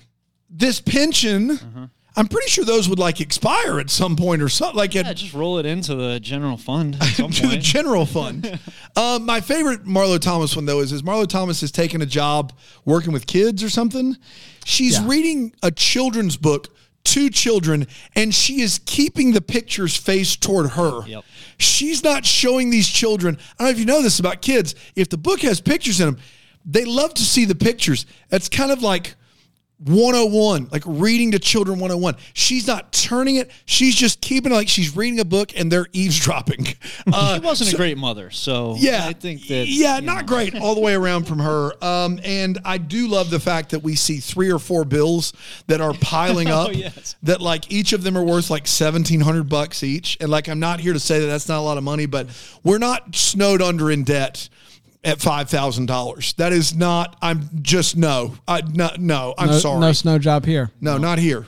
Speaker 3: This pension,
Speaker 5: Uh-huh.
Speaker 3: I'm pretty sure those would like expire at some point or something. Like at
Speaker 5: Yeah, just roll it into the general fund at some
Speaker 3: to the
Speaker 5: point.
Speaker 3: general fund. um, my favorite Marlo Thomas one though is is Marlo Thomas has taken a job working with kids or something. She's
Speaker 1: Yeah.
Speaker 3: reading a children's book to children, and she is keeping the pictures face toward her.
Speaker 5: Yep.
Speaker 3: She's not showing these children. I don't know if you know this about kids. If the book has pictures in them, they love to see the pictures. That's kind of like 101, like reading to children 101. She's not turning it. She's just keeping it like she's reading a book and they're eavesdropping. Uh,
Speaker 5: she wasn't a great mother, so
Speaker 3: yeah,
Speaker 5: I think that
Speaker 3: yeah,
Speaker 5: you
Speaker 3: not
Speaker 5: know,
Speaker 3: great all the way around from her. Um, and I do love the fact that we see three or four bills that are piling up.
Speaker 5: Oh, yes.
Speaker 3: That like each of them are worth like seventeen hundred bucks each. And like I'm not here to say that that's not a lot of money, but we're not snowed under in debt at five thousand dollars. That is not. I'm just no. I no no. I'm
Speaker 1: No,
Speaker 3: sorry.
Speaker 1: no snow job here.
Speaker 3: No, not here.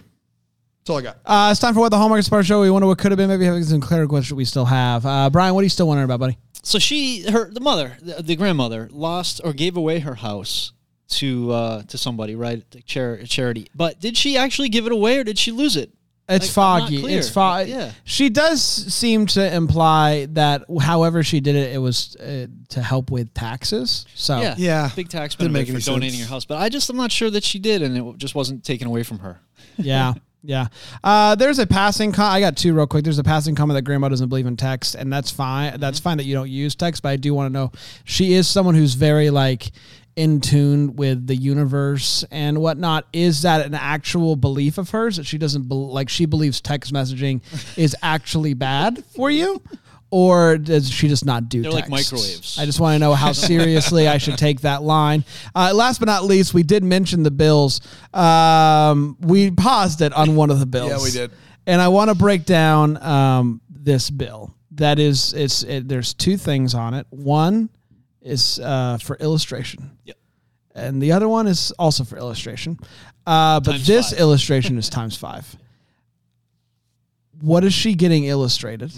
Speaker 3: That's all I got.
Speaker 1: Uh, it's time for what the Hallmark is part of the show. We wonder what could have been. Maybe having some clarification we still have. Uh, Brian, what are you still wondering about, buddy?
Speaker 5: So she, her, the mother, the, the grandmother, lost or gave away her house to uh, to somebody, right? To char- charity. But did she actually give it away, or did she lose it?
Speaker 1: It's
Speaker 5: Like, I'm not
Speaker 1: foggy.
Speaker 5: clear.
Speaker 1: It's foggy.
Speaker 5: Yeah.
Speaker 1: She does seem to imply that, however she did it, it was uh, to help with taxes. So
Speaker 5: Yeah,
Speaker 3: Oh. Yeah.
Speaker 5: Big tax
Speaker 3: Didn't
Speaker 5: benefit
Speaker 3: make
Speaker 5: for
Speaker 3: any
Speaker 5: donating
Speaker 3: sense.
Speaker 5: your house, but I just am not sure that she did, and it just wasn't taken away from her.
Speaker 1: yeah. Yeah. Uh, there's a passing com I got two real quick. There's a passing comment that grandma doesn't believe in text, and that's fine. That's
Speaker 5: Mm-hmm.
Speaker 1: fine that you don't use text, but I do want to know she is someone who's very like in tune with the universe and whatnot. Is that an actual belief of hers that she doesn't bel like she believes text messaging is actually bad for you? Or does she just not do?
Speaker 5: They're like
Speaker 1: texts?
Speaker 5: microwaves.
Speaker 1: I just want to know how seriously I should take that line. Uh, last but not least, we did mention the bills. Um, we paused it on one of the bills.
Speaker 3: Yeah, we did.
Speaker 1: And I want to break down um, this bill. That is, it's it, there's two things on it. One is uh, for illustration.
Speaker 5: Yep.
Speaker 1: And the other one is also for illustration. Uh, but
Speaker 5: Times
Speaker 1: this
Speaker 5: five.
Speaker 1: illustration is times five. What is she getting illustrated?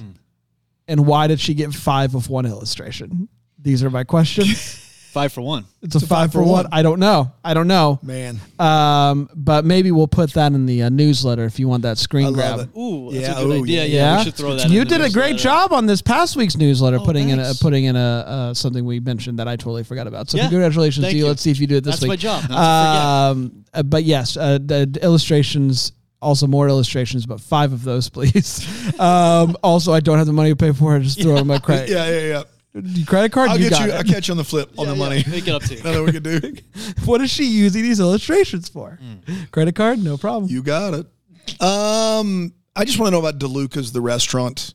Speaker 1: And why did she get five of one illustration? These are my questions.
Speaker 5: Five for one.
Speaker 1: It's a five, for one. I don't know. I don't know.
Speaker 3: Man,
Speaker 1: Um, but maybe we'll put that in the uh, newsletter if you want that screen
Speaker 3: I
Speaker 1: grab.
Speaker 3: love it.
Speaker 5: Ooh, that's
Speaker 3: Yeah,
Speaker 5: a good
Speaker 3: ooh,
Speaker 5: idea.
Speaker 3: yeah,
Speaker 5: Yeah, we should throw that.
Speaker 1: You
Speaker 5: in the
Speaker 1: did a great
Speaker 5: newsletter.
Speaker 1: job on this past week's newsletter, putting in
Speaker 5: thanks.
Speaker 1: a putting in a uh, something we mentioned that I totally forgot about. So
Speaker 5: Yeah.
Speaker 1: congratulations
Speaker 5: Thank
Speaker 1: to you.
Speaker 5: you.
Speaker 1: Let's see if you do it this
Speaker 5: That's
Speaker 1: week.
Speaker 5: my job, not to
Speaker 1: um, uh, but yes, uh, the the illustrations. Also, more illustrations, but five of those, please. um, also, I don't have the money to pay for it. Just throw it in my credit
Speaker 3: yeah, yeah, yeah.
Speaker 1: credit card.
Speaker 3: I'll
Speaker 1: you
Speaker 3: get
Speaker 1: got
Speaker 3: you.
Speaker 1: it.
Speaker 3: I'll catch you on the flip on the
Speaker 5: Yeah,
Speaker 3: money.
Speaker 5: Make it up to you.
Speaker 3: Nothing we can do.
Speaker 1: What is she using these illustrations for?
Speaker 5: Hmm.
Speaker 1: Credit card, no problem.
Speaker 3: You got it. Um, I just want to know about DeLuca's, the restaurant.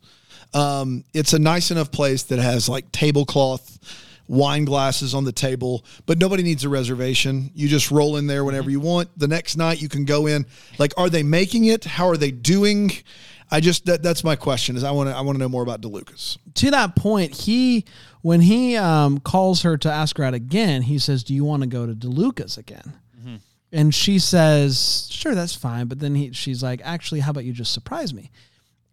Speaker 3: Um, it's a nice enough place that has like tablecloth, wine glasses on the table, but nobody needs a reservation. You just roll in there whenever you want. The next night you can go in. Like, are they making it? How are they doing? I just that, that's my question. Is I want to I want to know more about DeLuca's.
Speaker 1: to that point, he when he um, calls her to ask her out again, he says, "Do you want to go to DeLuca's again?"
Speaker 3: Mm-hmm.
Speaker 1: And she says, "Sure, that's fine." But then he, she's like, "Actually, how about you just surprise me?"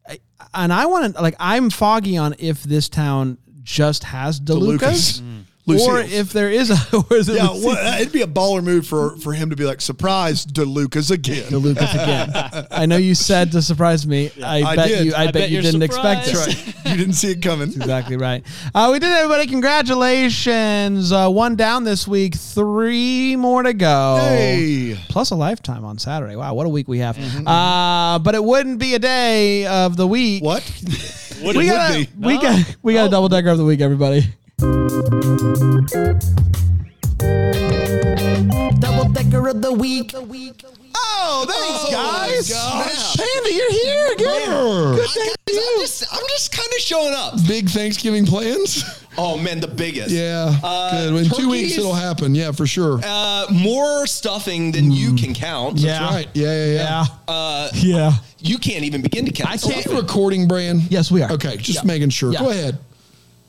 Speaker 1: I, and I want to like I'm foggy on if this town just has DeLuca's,
Speaker 3: DeLuca's.
Speaker 1: or
Speaker 3: Lucille's.
Speaker 1: if there is a or is it
Speaker 3: Mm. Yeah,
Speaker 1: Lucille's?
Speaker 3: what, it'd be a baller move for for him to be like surprise DeLuca's again.
Speaker 1: DeLuca's again. I know you said to surprise me. I,
Speaker 3: I
Speaker 1: bet
Speaker 3: did.
Speaker 1: you. I,
Speaker 3: I
Speaker 1: bet,
Speaker 5: bet
Speaker 1: you
Speaker 5: you're
Speaker 1: didn't expect
Speaker 5: surprised.
Speaker 1: it.
Speaker 3: That's right. You didn't see it coming.
Speaker 1: exactly right. Uh, we did it, everybody. Congratulations. Uh, one down this week, three more to go.
Speaker 3: Hey. Mm-hmm.
Speaker 1: Plus a lifetime on Saturday. Wow, what a week we have. Uh, but it wouldn't be a day of the week
Speaker 3: What? What
Speaker 1: we
Speaker 3: it
Speaker 1: got a
Speaker 3: would be. Oh.
Speaker 1: we
Speaker 5: No.
Speaker 1: got we got a double decker of the week, everybody.
Speaker 6: Double decker of the week.
Speaker 1: Oh, thanks, guys.
Speaker 3: gosh.
Speaker 1: Panda, you're here. Good. Good to have
Speaker 7: I'm
Speaker 1: you.
Speaker 7: just, I'm just kind of showing up.
Speaker 3: Big Thanksgiving plans?
Speaker 7: Oh man, the biggest.
Speaker 3: Yeah. good. In two weeks,
Speaker 7: turkeys.
Speaker 3: it'll happen. Yeah, for sure.
Speaker 7: Uh, more stuffing than you can count.
Speaker 1: Yeah.
Speaker 3: That's right. Yeah, Uh, yeah, yeah.
Speaker 1: Yeah. yeah.
Speaker 7: You can't even begin to count.
Speaker 1: I
Speaker 7: stuffing.
Speaker 1: can't
Speaker 3: We're recording, Brian.
Speaker 1: Yes, we are.
Speaker 3: Okay, just making sure.
Speaker 1: Yeah.
Speaker 3: Go ahead.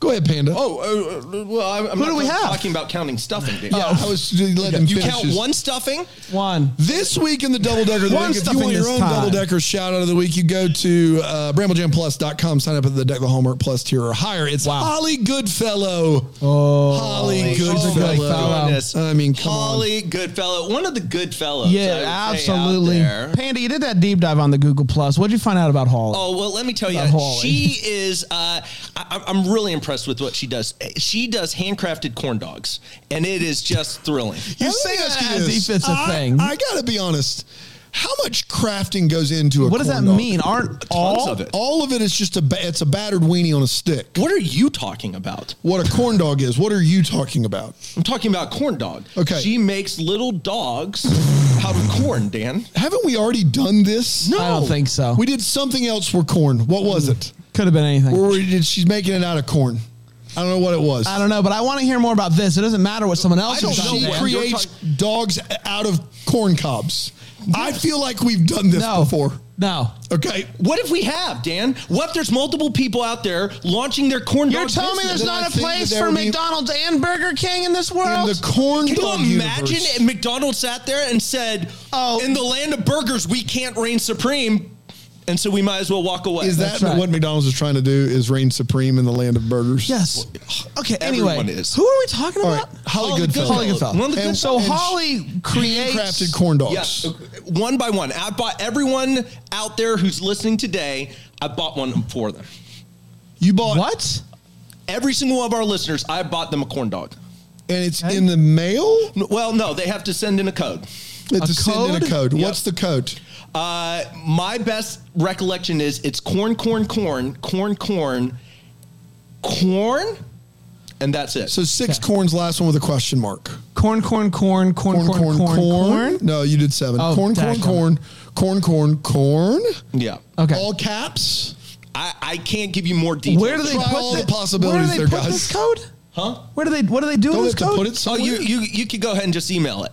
Speaker 3: Go ahead, Panda.
Speaker 7: Oh, uh, uh, well, I'm, I'm
Speaker 1: Who
Speaker 7: not
Speaker 1: do we have?
Speaker 7: talking about counting stuffing, dude. Uh,
Speaker 3: yeah. Oh, I was letting him
Speaker 7: You
Speaker 3: finish
Speaker 7: count
Speaker 3: his-
Speaker 7: one stuffing.
Speaker 1: One.
Speaker 3: This week in the Double Decker of the
Speaker 1: One
Speaker 3: Week, if you
Speaker 1: stuffing
Speaker 3: want your
Speaker 1: this
Speaker 3: own
Speaker 1: time.
Speaker 3: Double Decker shout out of the week, you go to uh, BrambleJamPlus.com, sign up at the Deck the Hallmark Plus tier or higher. It's Holly Goodfellow. Oh, Holly
Speaker 1: a good fellow.
Speaker 3: Goodfellow.
Speaker 7: Goodness.
Speaker 3: I mean, come on.
Speaker 7: Holly, Goodfellow, one of the good fellows. I would say,
Speaker 1: Yeah,
Speaker 7: out
Speaker 1: absolutely.
Speaker 7: there.
Speaker 1: Panda, you did that deep dive on the Google Plus. What'd you find out about Hall?
Speaker 7: Oh well, let me tell you,
Speaker 1: About Holly.
Speaker 7: she is. Uh, I, I'm really impressed with what she does. She does handcrafted corn dogs, and it is just thrilling.
Speaker 3: You
Speaker 1: Let me
Speaker 3: say
Speaker 1: ask
Speaker 3: that
Speaker 1: you
Speaker 3: as
Speaker 1: this. Defensive
Speaker 3: I,
Speaker 1: thing.
Speaker 3: I gotta be honest. How much crafting goes into a?
Speaker 1: what does
Speaker 3: corn
Speaker 1: that
Speaker 3: dog?
Speaker 1: mean? Aren't
Speaker 7: Tons
Speaker 1: all
Speaker 7: of it.
Speaker 3: All of it is just a. ba- It's a battered weenie on a stick.
Speaker 7: What are you talking about?
Speaker 3: What a corn dog is. What are you talking about?
Speaker 7: I'm talking about corn dog.
Speaker 3: Okay.
Speaker 7: She makes little dogs out of corn, Dan.
Speaker 3: Haven't we already done this?
Speaker 1: I don't think so.
Speaker 3: We did something else for corn. What was it?
Speaker 1: could have been anything?
Speaker 3: Or did she's making it out of corn? I don't know what it was.
Speaker 1: I don't know, but I want to hear more about this. It doesn't matter what someone else
Speaker 3: I don't
Speaker 1: is
Speaker 3: know.
Speaker 1: doing.
Speaker 3: She
Speaker 7: Dan.
Speaker 3: creates dogs out of corn cobs. I feel like we've done this
Speaker 1: No.
Speaker 3: before.
Speaker 1: No.
Speaker 3: Okay.
Speaker 7: What if we have, Dan? What if there's multiple people out there launching their corn
Speaker 1: You're
Speaker 7: dog
Speaker 1: telling me there's
Speaker 7: business?
Speaker 3: Then I
Speaker 1: not a
Speaker 3: think
Speaker 1: place
Speaker 3: that there
Speaker 1: for
Speaker 3: would be-
Speaker 1: McDonald's and Burger King in this
Speaker 3: In
Speaker 1: world?
Speaker 3: the corn dog
Speaker 7: Can you imagine
Speaker 3: universe.
Speaker 7: if McDonald's sat there and said,
Speaker 1: Oh.
Speaker 7: in the land of burgers, we can't reign supreme, and so we might as well walk away."
Speaker 3: Is that
Speaker 1: That's right.
Speaker 3: what McDonald's is trying to do? Is reign supreme in the land of burgers?
Speaker 1: yes. Okay,
Speaker 7: Everyone
Speaker 1: anyway.
Speaker 7: is.
Speaker 1: Who are we talking
Speaker 3: All right,
Speaker 1: about?
Speaker 3: Holly
Speaker 7: Holly
Speaker 3: Goodfellow.
Speaker 1: Holly Goodfellow.
Speaker 7: Goodfellow. One of the
Speaker 1: And
Speaker 7: good
Speaker 1: so
Speaker 7: fellows.
Speaker 1: Holly creates
Speaker 3: Handcrafted corn
Speaker 7: Yeah,
Speaker 3: dogs.
Speaker 7: one by one. I bought everyone out there who's listening today. I bought one for them.
Speaker 3: You bought
Speaker 1: What?
Speaker 7: Every single one of our listeners, I bought them a corn dog.
Speaker 3: and it's in the mail.
Speaker 7: N- Well, no, they have to send in a code.
Speaker 3: It's a, send in a
Speaker 1: code?
Speaker 3: code.
Speaker 7: Yep.
Speaker 3: What's the code?
Speaker 7: Uh, my best recollection is it's corn, corn, corn, corn, corn, corn, and that's it.
Speaker 3: So six corns. Last one with a question mark.
Speaker 1: Corn, corn, corn, corn, corn, corn, corn.
Speaker 3: No, you did seven.
Speaker 1: Oh,
Speaker 3: corn, corn,
Speaker 1: dash
Speaker 3: corn, corn, corn, corn.
Speaker 7: yeah,
Speaker 1: Okay.
Speaker 3: All caps.
Speaker 7: I, I can't give you more details.
Speaker 1: Where do they
Speaker 3: Try
Speaker 1: put
Speaker 3: all the
Speaker 1: thi-
Speaker 3: possibilities
Speaker 1: Where do
Speaker 3: there,
Speaker 1: they put
Speaker 3: guys.
Speaker 1: this code?
Speaker 7: Huh?
Speaker 1: Where do they? What do they do
Speaker 3: Don't
Speaker 1: with
Speaker 3: have
Speaker 1: this
Speaker 3: to
Speaker 1: code?
Speaker 3: put it
Speaker 7: Oh,
Speaker 3: somewhere.
Speaker 7: you you you could go ahead and just email it.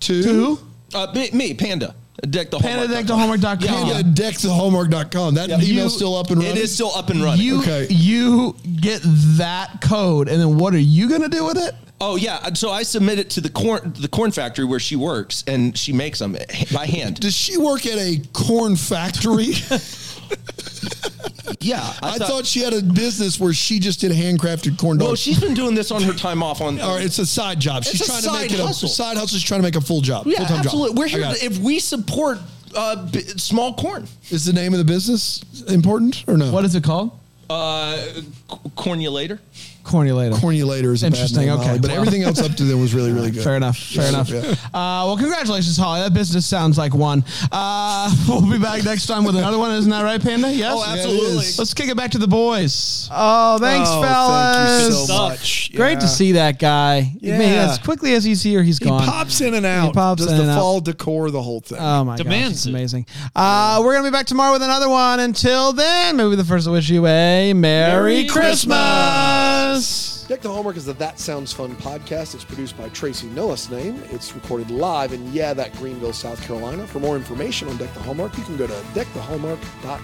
Speaker 3: two.
Speaker 1: Who?
Speaker 7: Uh, me, me, Panda, deck the
Speaker 1: Panda
Speaker 7: Hallmark
Speaker 1: deck to
Speaker 7: Company.
Speaker 1: homework.com.
Speaker 3: Panda at deckthehallmark.com. That email's
Speaker 1: You-
Speaker 3: still up and running.
Speaker 7: It is still up and running.
Speaker 1: You
Speaker 3: Okay.
Speaker 1: you get that code, and then what are you gonna do with it?
Speaker 7: Oh yeah, and so I submit it to the corn the corn factory where she works, and she makes them by hand.
Speaker 3: Does she work at a corn factory?
Speaker 7: Yeah,
Speaker 3: I thought she had a business where she just did handcrafted corn dogs.
Speaker 7: Well, she's been doing this on her time off on.
Speaker 3: All right, it's a side job. She's
Speaker 7: a
Speaker 3: trying to make
Speaker 7: side hustle.
Speaker 3: it a side hustle. She's trying to make a full job.
Speaker 7: yeah,
Speaker 3: full-time
Speaker 7: absolutely.
Speaker 3: Job.
Speaker 7: We're
Speaker 3: I
Speaker 7: here
Speaker 3: got
Speaker 7: to,
Speaker 3: it.
Speaker 7: if we support uh, b- small corn,
Speaker 3: Is the name of the business important or no?
Speaker 1: What is it called?
Speaker 7: uh, c- corn you later.
Speaker 1: Cornulator.
Speaker 3: Cornulator is a
Speaker 1: Interesting,
Speaker 3: Bad name,
Speaker 1: okay.
Speaker 3: Molly, but
Speaker 1: Well-
Speaker 3: everything else up to then was really, really good.
Speaker 1: Fair enough. Fair enough. Uh, well, congratulations, Holly. That business sounds like one. Uh, we'll be back next time with another one. Isn't that right, Panda? Yes.
Speaker 7: Oh, absolutely.
Speaker 3: is.
Speaker 1: Let's kick it back to the boys. Oh, thanks,
Speaker 8: Oh,
Speaker 1: fellas.
Speaker 8: Thank you so
Speaker 5: Suck.
Speaker 8: much.
Speaker 1: Great to
Speaker 8: Yeah.
Speaker 1: see that guy.
Speaker 8: Yeah.
Speaker 1: Man, as quickly as he's here, he's
Speaker 8: He
Speaker 1: gone.
Speaker 8: pops in and out.
Speaker 1: pops
Speaker 8: does
Speaker 1: in
Speaker 8: the
Speaker 1: and out.
Speaker 8: fall decor the whole thing.
Speaker 1: Oh my
Speaker 5: Demands
Speaker 1: gosh, it's
Speaker 5: it.
Speaker 1: amazing. Uh, we're gonna be back tomorrow with another one. Until then, maybe the first to wish you a Merry, Christmas.
Speaker 9: Deck the Hallmark is the That Sounds Fun podcast. It's produced by Tracy Noah's name. It's recorded live in, yeah, that Greenville, South Carolina. For more information on Deck the Hallmark, you can go to deckthehallmark.com.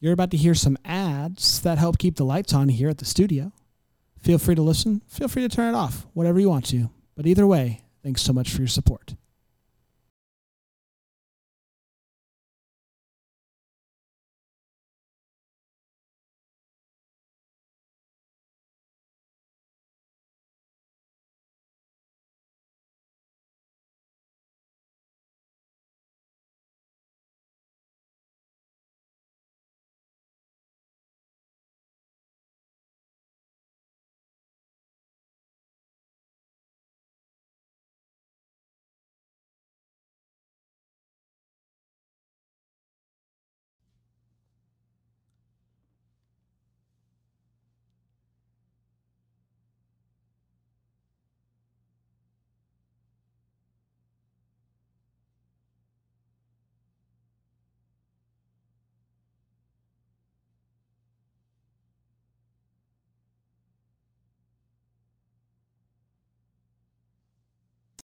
Speaker 10: You're about to hear some ads that help keep the lights on here at the studio. Feel free to listen, feel free to turn it off, whatever you want to. But either way, thanks so much for your support.